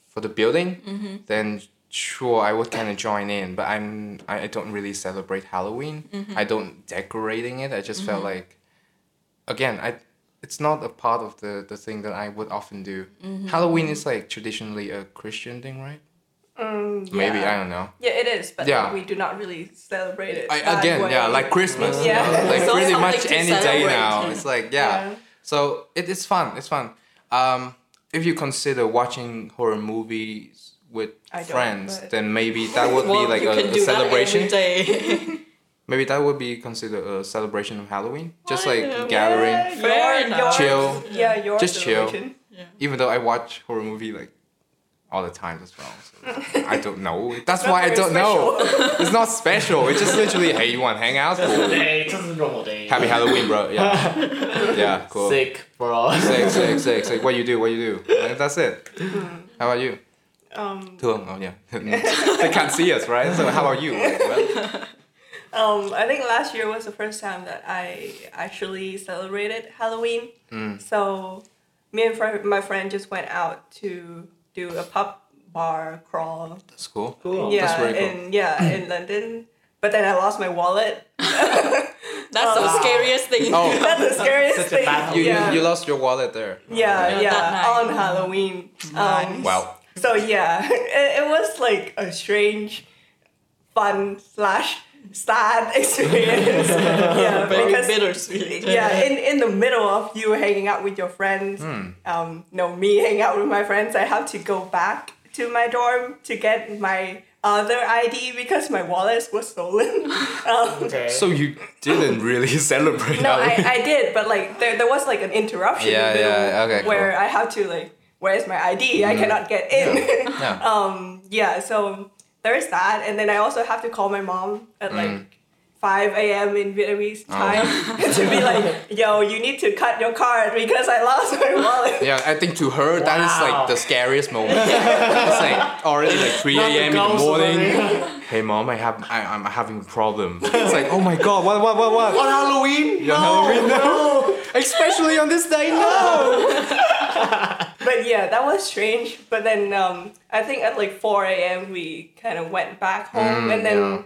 Speaker 3: for the building,
Speaker 2: Mm-hmm.
Speaker 3: then sure I would kind of join in. But I'm I, I don't really celebrate Halloween. I don't decorating it. I just felt like again I it's not a part of the the thing that I would often do. Halloween is like traditionally a Christian thing, right?
Speaker 4: Mm, yeah.
Speaker 3: Maybe I don't know.
Speaker 4: Yeah, it is, but
Speaker 3: Yeah.
Speaker 4: we do not really celebrate it.
Speaker 3: I,
Speaker 4: that
Speaker 3: again,
Speaker 4: way.
Speaker 3: yeah, like Christmas.
Speaker 4: Yeah.
Speaker 3: you know, *laughs* Like
Speaker 1: So
Speaker 3: pretty
Speaker 1: something
Speaker 3: much
Speaker 1: to
Speaker 3: any day
Speaker 1: celebrate.
Speaker 3: now. It's like yeah.
Speaker 4: Yeah.
Speaker 3: So it is fun. It's fun. Um, if you consider watching horror movies with
Speaker 4: I don't,
Speaker 3: friends,
Speaker 4: but-
Speaker 3: then maybe that would
Speaker 1: well,
Speaker 3: be like
Speaker 1: you
Speaker 3: a,
Speaker 1: can
Speaker 3: a
Speaker 1: do
Speaker 3: celebration.
Speaker 1: That every day. *laughs*
Speaker 3: Maybe that would be considered a celebration of Halloween. Just
Speaker 1: Well,
Speaker 3: like
Speaker 1: yeah.
Speaker 3: gathering.
Speaker 4: Yeah, your-
Speaker 1: Fair
Speaker 4: your-
Speaker 1: enough.
Speaker 3: Chill.
Speaker 4: Yeah, your
Speaker 3: Just chill.
Speaker 4: celebration.
Speaker 3: Even though I watch horror movie like all the time as well. So I don't know. That's why I
Speaker 4: very
Speaker 3: don't know. *laughs* It's not special. It's just literally hey, you want to hang out? Cool.
Speaker 2: Hey, it's just a normal day.
Speaker 3: Happy Halloween, bro. Yeah. Yeah, cool.
Speaker 2: Sick, bro.
Speaker 3: Sick, sick, sick, sick. What you do, what you do. And that's it. How about you?
Speaker 4: Um,
Speaker 3: Thương, oh yeah. *laughs* they can't see us, right? So how about you? Like, well,
Speaker 4: um, I think last year was the first time that I actually celebrated Halloween. So me and fr- my friend just went out to do a pub bar crawl.
Speaker 3: that's cool.
Speaker 2: Oh, Cool.
Speaker 4: yeah,
Speaker 3: very cool.
Speaker 4: in yeah in London. But then I lost my wallet. *laughs*
Speaker 1: That's the scariest thing.
Speaker 3: Oh.
Speaker 4: That's the scariest
Speaker 2: Such a
Speaker 4: thing.
Speaker 2: bad
Speaker 3: You,
Speaker 4: yeah.
Speaker 3: you, you lost your wallet there.
Speaker 4: yeah,
Speaker 1: Yeah,
Speaker 4: yeah,
Speaker 1: that night.
Speaker 4: on Halloween. Um,
Speaker 3: Wow.
Speaker 4: So yeah, *laughs* it, it was like a strange, fun slash sad *laughs* experience. yeah,
Speaker 1: *laughs* Very
Speaker 4: because
Speaker 1: bittersweet.
Speaker 3: *laughs*
Speaker 4: yeah, in, in the middle of you hanging out with your friends,
Speaker 3: Hmm.
Speaker 4: um, no, me hanging out with my friends, I have to go back to my dorm to get my other ID because my wallet was stolen. *laughs* um,
Speaker 2: Okay.
Speaker 3: So you didn't really *laughs* celebrate
Speaker 4: no,
Speaker 3: Halloween. *laughs*
Speaker 4: I, I did, but like there, there was like an interruption.
Speaker 3: Yeah,
Speaker 4: in the middle
Speaker 3: yeah, okay,
Speaker 4: Where
Speaker 3: cool. Mm.
Speaker 4: I had to like, where's my ID? I cannot get in. *laughs*
Speaker 3: Yeah.
Speaker 4: um, yeah, so there is that, and then I also have to call my mom at like. 5 a.m. in Vietnamese time *laughs* to be like, yo, you need to cut your card because I lost
Speaker 3: *laughs*
Speaker 4: my wallet.
Speaker 3: yeah, I think to her that is
Speaker 2: Wow.
Speaker 3: like the scariest moment. it's like already like 3
Speaker 2: Not the
Speaker 3: a.m. in the
Speaker 2: ghost
Speaker 3: morning.
Speaker 2: already.
Speaker 3: Hey mom, I have I, I'm having a problem. It's like oh my god, what what what what?
Speaker 2: On Halloween?
Speaker 3: Your Halloween, no. *laughs* Especially on this day, no.
Speaker 4: But yeah, that was strange. But then um, I think at like 4 a.m. we kind of went back home, and then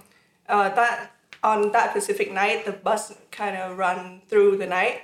Speaker 4: uh, that on that specific night the bus kind of run through the night.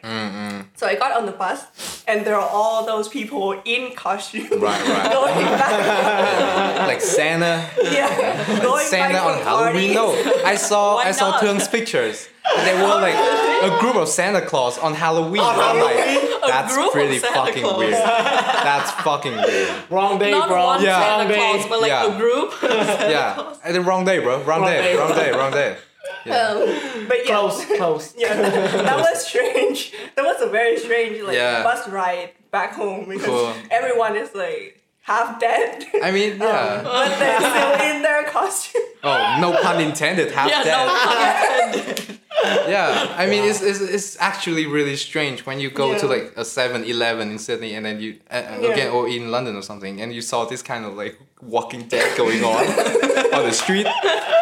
Speaker 4: So I got on the bus, and there are all those people in costume
Speaker 3: Right, right.
Speaker 4: *laughs* going back.
Speaker 3: like Santa,
Speaker 1: *laughs*
Speaker 4: yeah, going
Speaker 3: Santa
Speaker 4: back
Speaker 3: on
Speaker 4: from
Speaker 3: Halloween.
Speaker 4: parties.
Speaker 3: No, I saw
Speaker 1: Why
Speaker 3: I saw
Speaker 1: not?
Speaker 3: Tung's pictures. They were like a group of Santa Claus on Halloween. I'm like, that's
Speaker 1: group of
Speaker 3: pretty
Speaker 1: Santa
Speaker 3: fucking
Speaker 1: Claus.
Speaker 3: weird. That's fucking
Speaker 1: *laughs*
Speaker 3: weird.
Speaker 2: *laughs* Wrong day,
Speaker 1: Not
Speaker 2: bro.
Speaker 1: one
Speaker 3: Yeah.
Speaker 1: Santa
Speaker 2: Wrong day.
Speaker 1: Claus, but like
Speaker 3: Yeah.
Speaker 1: a
Speaker 3: *laughs*
Speaker 1: group.
Speaker 3: Yeah, and the wrong day, bro. Wrong,
Speaker 2: Wrong
Speaker 3: day,
Speaker 2: day.
Speaker 3: Wrong day.
Speaker 1: *laughs*
Speaker 3: Wrong day.
Speaker 4: Um, *laughs* but yeah,
Speaker 2: Close, close.
Speaker 4: yeah, that, that was strange. That was a very strange like
Speaker 3: Yeah.
Speaker 4: bus ride back home because
Speaker 3: Cool.
Speaker 4: everyone is like half dead. *laughs*
Speaker 3: I mean, yeah.
Speaker 4: but they're still in their
Speaker 1: *laughs*
Speaker 4: costume.
Speaker 3: Oh, no pun intended. Half
Speaker 1: yeah,
Speaker 3: dead. *laughs*
Speaker 1: no.
Speaker 3: Yeah, I mean, it's, it's, it's actually really strange when you go to
Speaker 4: Yeah.
Speaker 3: like a 7 Eleven in Sydney and then you, uh, uh,
Speaker 4: Yeah.
Speaker 3: again, or in London or something, and you saw this kind of like walking dead going
Speaker 4: *laughs*
Speaker 3: on on the street.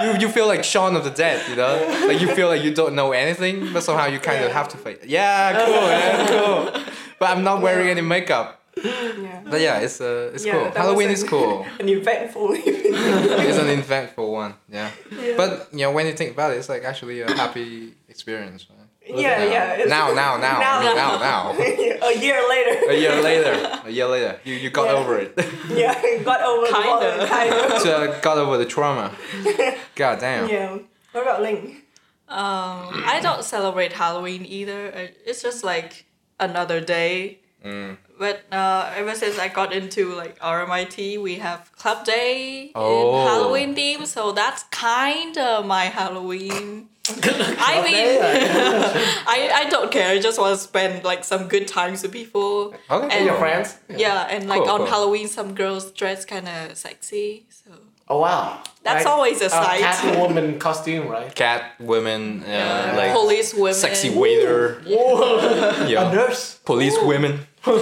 Speaker 3: You, you feel like Shaun of the Dead, you know? Like you feel like you don't know anything, but somehow you
Speaker 4: *laughs*
Speaker 3: kind of have to fight. Yeah, cool, man, cool. But I'm not wearing any makeup.
Speaker 4: Yeah.
Speaker 3: But yeah, it's uh, it's
Speaker 4: Yeah,
Speaker 3: cool.
Speaker 4: that was
Speaker 3: Halloween
Speaker 4: a-
Speaker 3: is cool.
Speaker 4: *laughs* An eventful evening. *laughs*
Speaker 3: it's an eventful one. Yeah. But you know, when you think about it, it's like actually a happy experience. Right?
Speaker 4: yeah,
Speaker 3: now.
Speaker 4: yeah. it's-
Speaker 3: Now, now, now, I mean, now, now.
Speaker 4: a year later. *laughs*
Speaker 3: A year later, a year later, you, you got
Speaker 4: Yeah.
Speaker 3: over it.
Speaker 4: yeah, got over
Speaker 1: Kinda.
Speaker 4: the *laughs* wall, kind
Speaker 3: *laughs*
Speaker 4: of.
Speaker 3: so I got over the trauma. God damn.
Speaker 4: Yeah. What about Ling?
Speaker 1: Um, I don't celebrate Halloween either. I- It's just like another day.
Speaker 3: Mm.
Speaker 1: But uh, ever since I got into like RMIT, we have club day
Speaker 3: Oh.
Speaker 1: in Halloween theme, so that's kind of my *laughs* Halloween. I mean, *laughs* I, I don't care. I just want to spend like some good times with people.
Speaker 3: Okay.
Speaker 1: And-
Speaker 2: Your friends?
Speaker 1: Yeah, and like
Speaker 3: Cool,
Speaker 1: on
Speaker 3: cool.
Speaker 1: Halloween, some girls dress kind of sexy. So
Speaker 2: Oh wow.
Speaker 1: That's always a sight. *laughs*
Speaker 2: Catwoman costume, right?
Speaker 3: Cat, women, uh,
Speaker 1: Yeah,
Speaker 3: like
Speaker 1: police women,
Speaker 3: sexy waiter,
Speaker 2: Whoa.
Speaker 3: *laughs* yeah,
Speaker 2: A *laughs* nurse.
Speaker 3: police women. Like,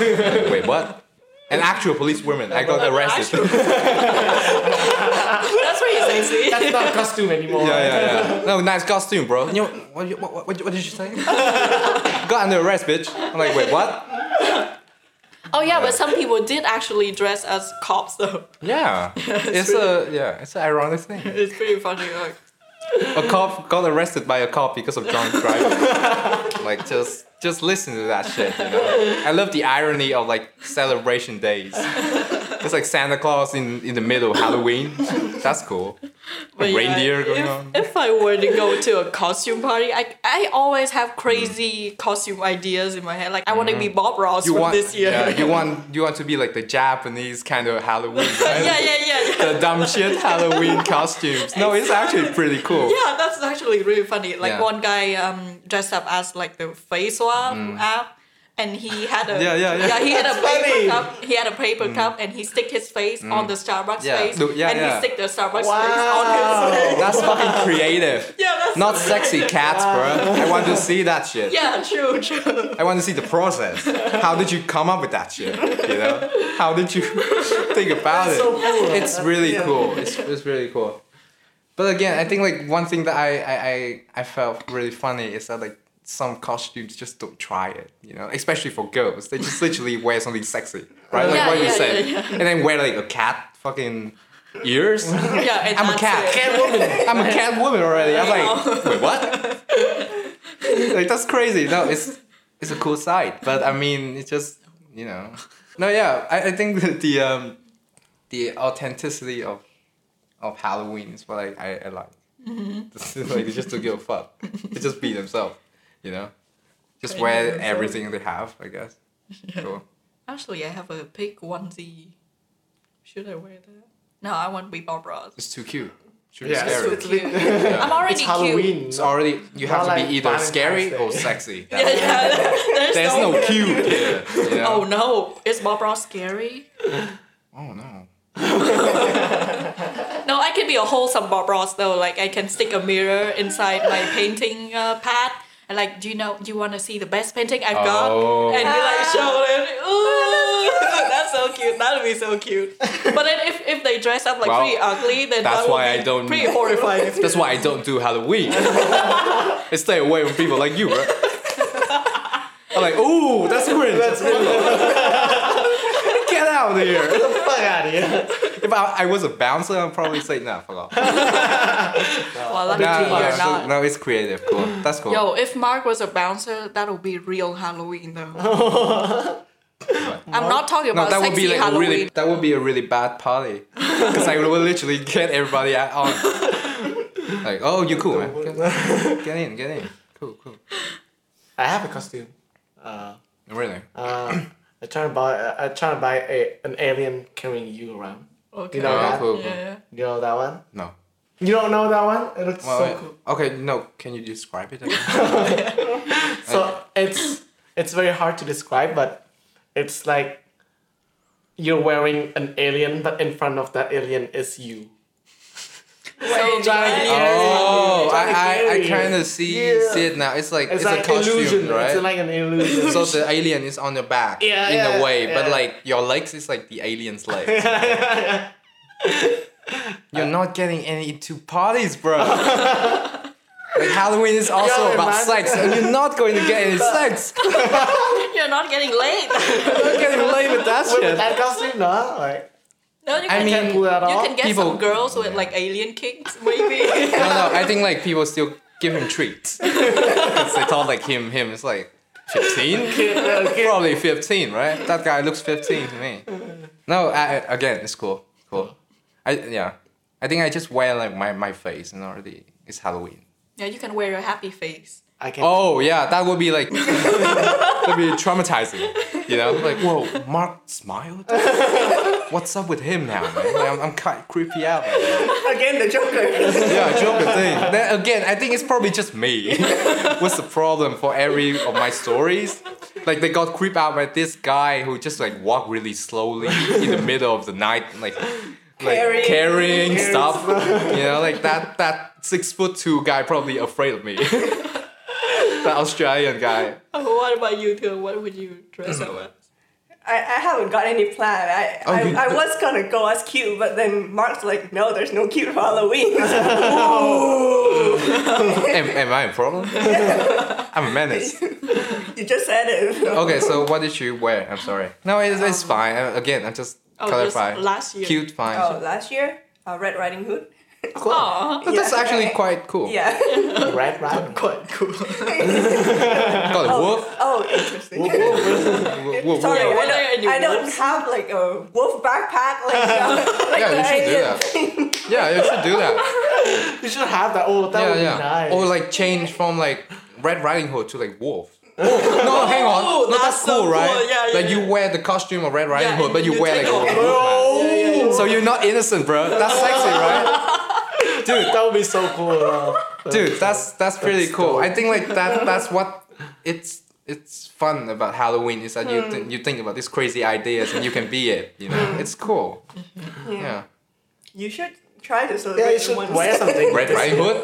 Speaker 3: wait, what? An actual police woman. I got arrested. yeah,
Speaker 1: That's why you're
Speaker 4: *laughs*
Speaker 1: sexy.
Speaker 2: That's not a costume anymore.
Speaker 3: yeah, yeah. *laughs* No, nice costume, bro. You know, what, you- what, what, what did you say? *laughs* got under arrest, bitch. I'm like, wait, what?
Speaker 1: Oh yeah, but some people did actually dress as cops though.
Speaker 3: Yeah, it's a yeah, it's an ironic thing.
Speaker 1: It's pretty funny. Like,
Speaker 3: a cop got arrested by a cop because of drunk driving. *laughs* like just just listen to that shit, you know. I love the irony of like celebration days. It's like Santa Claus in, in the middle of Halloween. That's cool.
Speaker 1: but yeah,
Speaker 3: reindeer going
Speaker 1: if,
Speaker 3: on.
Speaker 1: If I were to go to a costume party, I I always have crazy costume ideas in my head. Like I want to be Bob Ross from this year.
Speaker 3: Mm. Yeah,
Speaker 1: *laughs*
Speaker 3: you want you want to be like the Japanese kind of *laughs* Halloween, right?
Speaker 1: yeah, yeah, yeah,
Speaker 3: *laughs*
Speaker 1: yeah.
Speaker 3: The dumb shit Halloween costumes. No, it's actually pretty cool.
Speaker 1: Yeah, that's actually really funny. Like
Speaker 3: Yeah.
Speaker 1: one guy um dressed up as like the face swap app. And he had a
Speaker 3: Mm. *laughs* Yeah, yeah, yeah. Mm.
Speaker 1: he had a
Speaker 2: That's
Speaker 1: paper
Speaker 2: funny.
Speaker 1: cup. He had a paper cup, and he stick his face on the Starbucks
Speaker 3: Yeah.
Speaker 1: face,
Speaker 3: Look, yeah,
Speaker 1: and
Speaker 3: yeah.
Speaker 1: he stick the Starbucks
Speaker 2: Wow.
Speaker 1: face *laughs* on his face.
Speaker 3: That's fucking creative.
Speaker 1: Yeah, that's
Speaker 3: Not sexy cats, bro. I want to see that shit.
Speaker 1: *laughs* yeah, true, true.
Speaker 3: I want to see the process. How did you come up with that shit? You know? How did you *laughs* think about it?
Speaker 2: So cool.
Speaker 3: It's really cool. It's, it's really cool. But again, I think like one thing that I, I, I, I felt really funny is that like some costumes just don't try it, you know, especially for girls. They just literally wear something sexy, right? Like
Speaker 1: Yeah,
Speaker 3: what you
Speaker 1: yeah,
Speaker 3: said.
Speaker 1: yeah, yeah.
Speaker 3: And then wear like a cat fucking
Speaker 1: *laughs*
Speaker 3: ears.
Speaker 1: Yeah, and
Speaker 3: I'm a
Speaker 1: that's
Speaker 3: cat.
Speaker 1: it.
Speaker 3: Catwoman. I'm a cat woman already.
Speaker 1: *laughs*
Speaker 3: I'm like, wait, what? like that's crazy. No, it's it's a cool side, but I mean, it's just you know. No, yeah, I, I think *laughs* that the um, the authenticity of of Halloween is what I I, I like.
Speaker 1: Mm-hmm.
Speaker 3: *laughs* like they just don't give a fuck. They just be themselves, you know. Just
Speaker 1: They
Speaker 3: wear
Speaker 1: know themselves.
Speaker 3: everything they have, I guess. Cool.
Speaker 1: Actually, I have a pig onesie. Should I wear that? No, I want to be Bob Ross.
Speaker 3: It's too cute. Should
Speaker 2: Yeah.
Speaker 3: be
Speaker 2: It's
Speaker 3: scary.
Speaker 1: Too
Speaker 2: *laughs*
Speaker 1: cute.
Speaker 3: Yeah.
Speaker 1: I'm already
Speaker 2: It's
Speaker 1: cute.
Speaker 2: Halloween.
Speaker 3: It's already you have
Speaker 2: Not
Speaker 3: to
Speaker 2: like
Speaker 3: be either
Speaker 2: Valentine's
Speaker 3: scary
Speaker 2: Day.
Speaker 3: or sexy.
Speaker 1: *laughs* Yeah, yeah. There's,
Speaker 3: There's
Speaker 1: no.
Speaker 3: no
Speaker 1: *laughs*
Speaker 3: cue here. You know?
Speaker 1: Oh no! Is Bob Ross scary?
Speaker 3: Oh no.
Speaker 1: *laughs* No, I can be a wholesome Bob Ross though. Like I can stick a mirror inside my painting uh, pad and like, do you know? Do you want to see the best painting I've got?
Speaker 3: Oh.
Speaker 4: Ah.
Speaker 1: And you like show it. *laughs* Ooh, that's so cute. That'd be so cute. But then if, if they dress up like
Speaker 3: Well,
Speaker 1: pretty ugly, then
Speaker 3: that's
Speaker 1: that would
Speaker 3: why I
Speaker 1: be
Speaker 3: don't-
Speaker 1: Pretty horrifying.
Speaker 3: *laughs* That's why I don't do Halloween. *laughs* I stay away from people like
Speaker 1: *laughs*
Speaker 3: you, right? I'm like, ooh, that's cringe.
Speaker 2: That's what
Speaker 3: Get out of here.
Speaker 2: the fuck out of
Speaker 3: *laughs*
Speaker 2: here.
Speaker 3: If I, I was a bouncer, I'd probably say, nah, fuck
Speaker 1: *laughs*
Speaker 3: off.
Speaker 1: well, lucky
Speaker 3: *laughs* Nah,
Speaker 1: you're
Speaker 3: nah,
Speaker 1: not.
Speaker 3: so- no, it's creative. Cool. That's cool.
Speaker 1: Yo, if Mark was a bouncer, that would be real Halloween
Speaker 2: *laughs*
Speaker 1: though. I'm not talking
Speaker 3: No,
Speaker 1: about
Speaker 3: that
Speaker 1: uh, sexy
Speaker 3: would be like a
Speaker 1: Halloween.
Speaker 3: really that would be a really bad party,
Speaker 1: *laughs*
Speaker 3: because I will literally get everybody out on. Like, oh, you cool, man. Get- Get in, get in. Cool, cool.
Speaker 2: I have a costume. Uh,
Speaker 3: Really?
Speaker 2: uh, I try to buy. I try to buy a, an alien carrying you around.
Speaker 1: okay.
Speaker 2: You know
Speaker 3: Oh,
Speaker 2: that?
Speaker 3: cool,
Speaker 1: yeah,
Speaker 3: cool.
Speaker 1: yeah.
Speaker 2: You know that one?
Speaker 3: No.
Speaker 2: You don't know that one? It looks
Speaker 3: Well,
Speaker 2: so
Speaker 3: wait.
Speaker 2: cool.
Speaker 3: Okay, no. Can you describe it?
Speaker 2: So it's it's very hard to describe, but it's like you're wearing an alien, but in front of that alien is you.
Speaker 1: Wait,
Speaker 2: Giant-
Speaker 1: yeah.
Speaker 3: oh,
Speaker 2: Trying to
Speaker 3: I, I,
Speaker 2: carry
Speaker 3: I kind
Speaker 2: you.
Speaker 3: of see
Speaker 2: Yeah.
Speaker 3: see it now. It's like it's,
Speaker 2: It's, like
Speaker 3: a costume,
Speaker 2: illusion,
Speaker 3: right?
Speaker 2: It's like an illusion. *laughs*
Speaker 3: so the alien is on your back
Speaker 2: Yeah,
Speaker 3: in
Speaker 2: yeah,
Speaker 3: a way, but
Speaker 2: yeah.
Speaker 3: like your legs is like the alien's legs.
Speaker 2: *laughs*
Speaker 3: You're not getting any two parties,
Speaker 2: *laughs*
Speaker 3: bro. like Halloween is also
Speaker 2: Yo,
Speaker 3: about
Speaker 2: man. *laughs*
Speaker 3: sex, and you're not going to get any sex.
Speaker 1: yeah, you're not getting late.
Speaker 3: I can't relate with that
Speaker 2: *laughs* With
Speaker 3: shit.
Speaker 2: that costume, no? Like,
Speaker 1: *laughs* no, you
Speaker 3: I
Speaker 1: can,
Speaker 3: mean,
Speaker 2: can't pull that
Speaker 1: you
Speaker 2: off.
Speaker 1: can get
Speaker 3: people-
Speaker 1: some girls with like alien kinks, maybe. *laughs*
Speaker 3: No, no, I think like people still give him
Speaker 2: *laughs*
Speaker 3: treats. 'Cause they talk like him, him. It's like 15? *laughs*
Speaker 2: Yeah, okay.
Speaker 3: Probably 15, right? That guy looks 15 to me. No, I, I- again, it's cool. Cool. I Yeah. I think I just wear like my, my face and already it's Halloween.
Speaker 1: yeah, you can wear a happy face.
Speaker 2: I can.
Speaker 3: Oh, yeah, that would be like, *laughs* that'd be traumatizing. You know, like, whoa, Mark smiled? What's up with him now, man? Like, I'm, I'm kind of creepy out. man.
Speaker 4: Again, the Joker.
Speaker 3: Yeah, Joker thing. Then again, I think it's probably just *laughs* me. What's the problem for every of my stories? Like they got creeped out by this guy who just like walked really slowly in the middle of the night, like like
Speaker 4: Carrying-
Speaker 3: carrying, stuff. You know, like that that six foot two guy probably afraid of me. *laughs* that Australian guy.
Speaker 1: Oh, what about you, too? What would you dress up
Speaker 3: *clears throat*
Speaker 1: as?
Speaker 4: *laughs* I, I haven't got any plan. I,
Speaker 3: Oh, you-
Speaker 4: I, I was gonna go as cute, but then Mark's like, no, there's no cute for
Speaker 2: *laughs*
Speaker 4: Halloween. *laughs*
Speaker 3: Am, am I a problem? I'm a menace.
Speaker 4: you just said it.
Speaker 2: Oh,
Speaker 4: *laughs*
Speaker 3: Okay, so what did you wear? I'm sorry. No, it's, it's fine. Uh, Again, I'm just
Speaker 1: Oh, just
Speaker 3: clarify.
Speaker 1: last year.
Speaker 3: Cute, fine.
Speaker 4: Oh, last year, uh, Red Riding Hood.
Speaker 1: Aw.
Speaker 3: But that's
Speaker 4: Yeah.
Speaker 3: actually quite cool.
Speaker 1: *laughs*
Speaker 4: Yeah. *laughs*
Speaker 2: Red
Speaker 3: *laughs*
Speaker 2: Riding Quite cool.
Speaker 3: Got a
Speaker 2: *laughs*
Speaker 3: wolf.
Speaker 4: oh, interesting.
Speaker 3: Wo- wo-
Speaker 4: Sorry,
Speaker 1: Yeah,
Speaker 3: wo-
Speaker 4: I,
Speaker 1: what are
Speaker 4: don't,
Speaker 1: any
Speaker 4: I don't
Speaker 1: wolves?
Speaker 4: have like a wolf
Speaker 2: *laughs*
Speaker 4: backpack like, uh, like
Speaker 3: Yeah,
Speaker 4: the
Speaker 3: you should do
Speaker 4: alien
Speaker 3: that.
Speaker 4: thing.
Speaker 3: Yeah, you should
Speaker 2: *laughs*
Speaker 3: do that.
Speaker 2: You should have that. Oh, that
Speaker 3: Yeah,
Speaker 2: would
Speaker 3: yeah.
Speaker 2: be nice.
Speaker 3: Or like change from like Red Riding Hood to like wolf. Oh, no, hang on.
Speaker 1: Oh,
Speaker 3: no, that's,
Speaker 1: that's so
Speaker 3: cool, right?
Speaker 1: cool. Yeah, yeah,
Speaker 3: Like you wear the costume of Red Riding
Speaker 1: Yeah,
Speaker 3: Hood, but
Speaker 1: and
Speaker 3: you,
Speaker 1: you
Speaker 3: wear
Speaker 1: take
Speaker 3: like a
Speaker 1: off.
Speaker 3: wolf.
Speaker 2: Oh,
Speaker 3: man. So you're not innocent, bro. That's sexy, right? Dude,
Speaker 2: that would be so cool. uh, *laughs*
Speaker 3: dude that's that's pretty cool
Speaker 2: dope.
Speaker 3: i think like that that's what it's it's fun about halloween is that you th- you think about these crazy ideas and you can be it you know it's cool yeah
Speaker 4: You should try to
Speaker 2: Yeah,
Speaker 4: celebrate
Speaker 2: you should
Speaker 4: once.
Speaker 2: wear something.
Speaker 3: red riding hood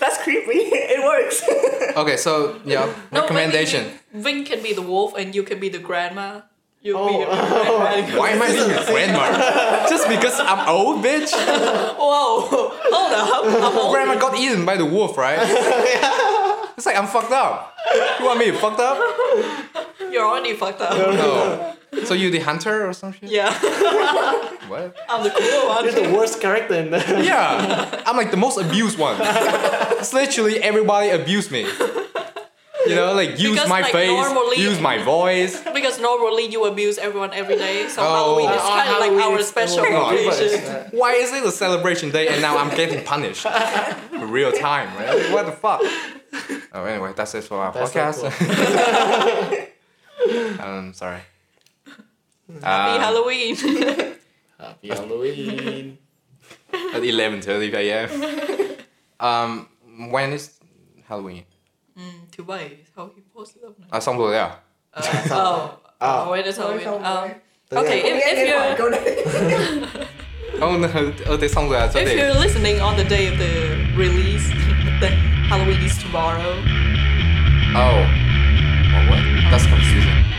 Speaker 4: That's creepy. *laughs* It works.
Speaker 3: *laughs* okay so yeah
Speaker 1: No,
Speaker 3: recommendation
Speaker 1: maybe Vin can be the wolf and you can be the grandma. You'll be
Speaker 2: Oh.
Speaker 1: your grandma.
Speaker 3: why am i being your grandma just because i'm old bitch
Speaker 1: Whoa, *laughs* hold up. I'm old.
Speaker 3: grandma got eaten by the wolf right it's like i'm fucked up you want me fucked up
Speaker 1: You're already fucked up.
Speaker 3: no so you the hunter or something
Speaker 1: Yeah,
Speaker 3: what
Speaker 1: I'm the cool
Speaker 2: You're the
Speaker 1: one.
Speaker 2: worst character in there.
Speaker 3: Yeah, I'm like the most abused one. it's literally everybody abused me. You know, like use
Speaker 1: Because,
Speaker 3: my
Speaker 1: like,
Speaker 3: face,
Speaker 1: normally-
Speaker 3: use my voice.
Speaker 1: Because normally you abuse everyone every day, so
Speaker 3: Oh.
Speaker 1: Halloween is
Speaker 2: On
Speaker 1: kind of like
Speaker 2: Halloween,
Speaker 1: our
Speaker 2: it's
Speaker 1: special
Speaker 2: the
Speaker 3: Oh,
Speaker 2: worst.
Speaker 1: occasion.
Speaker 3: Why is it a celebration day and now I'm getting
Speaker 1: *laughs*
Speaker 3: punished? In Real time, right? Like, what the fuck? Oh, anyway, that's it for our
Speaker 2: That's so
Speaker 3: podcast. *laughs* um, sorry.
Speaker 1: Happy
Speaker 3: Um,
Speaker 1: Halloween. *laughs*
Speaker 2: *laughs* Happy Halloween.
Speaker 3: at eleven thirty p.m. Um, when is Halloween?
Speaker 1: Thứ bảy sau khi post lớp này.
Speaker 3: Uh, somewhere yeah.
Speaker 1: Oh, oh, wait, it's Halloween.
Speaker 4: Sorry,
Speaker 1: Um,
Speaker 4: sorry.
Speaker 1: okay,
Speaker 4: *laughs*
Speaker 1: if, if you're
Speaker 4: Go there.
Speaker 3: Oh no, oh, they somewhere so
Speaker 1: If
Speaker 3: they.
Speaker 1: you're listening on the day of the release, *laughs* then Halloween is tomorrow.
Speaker 3: Oh, oh what? That's confusing.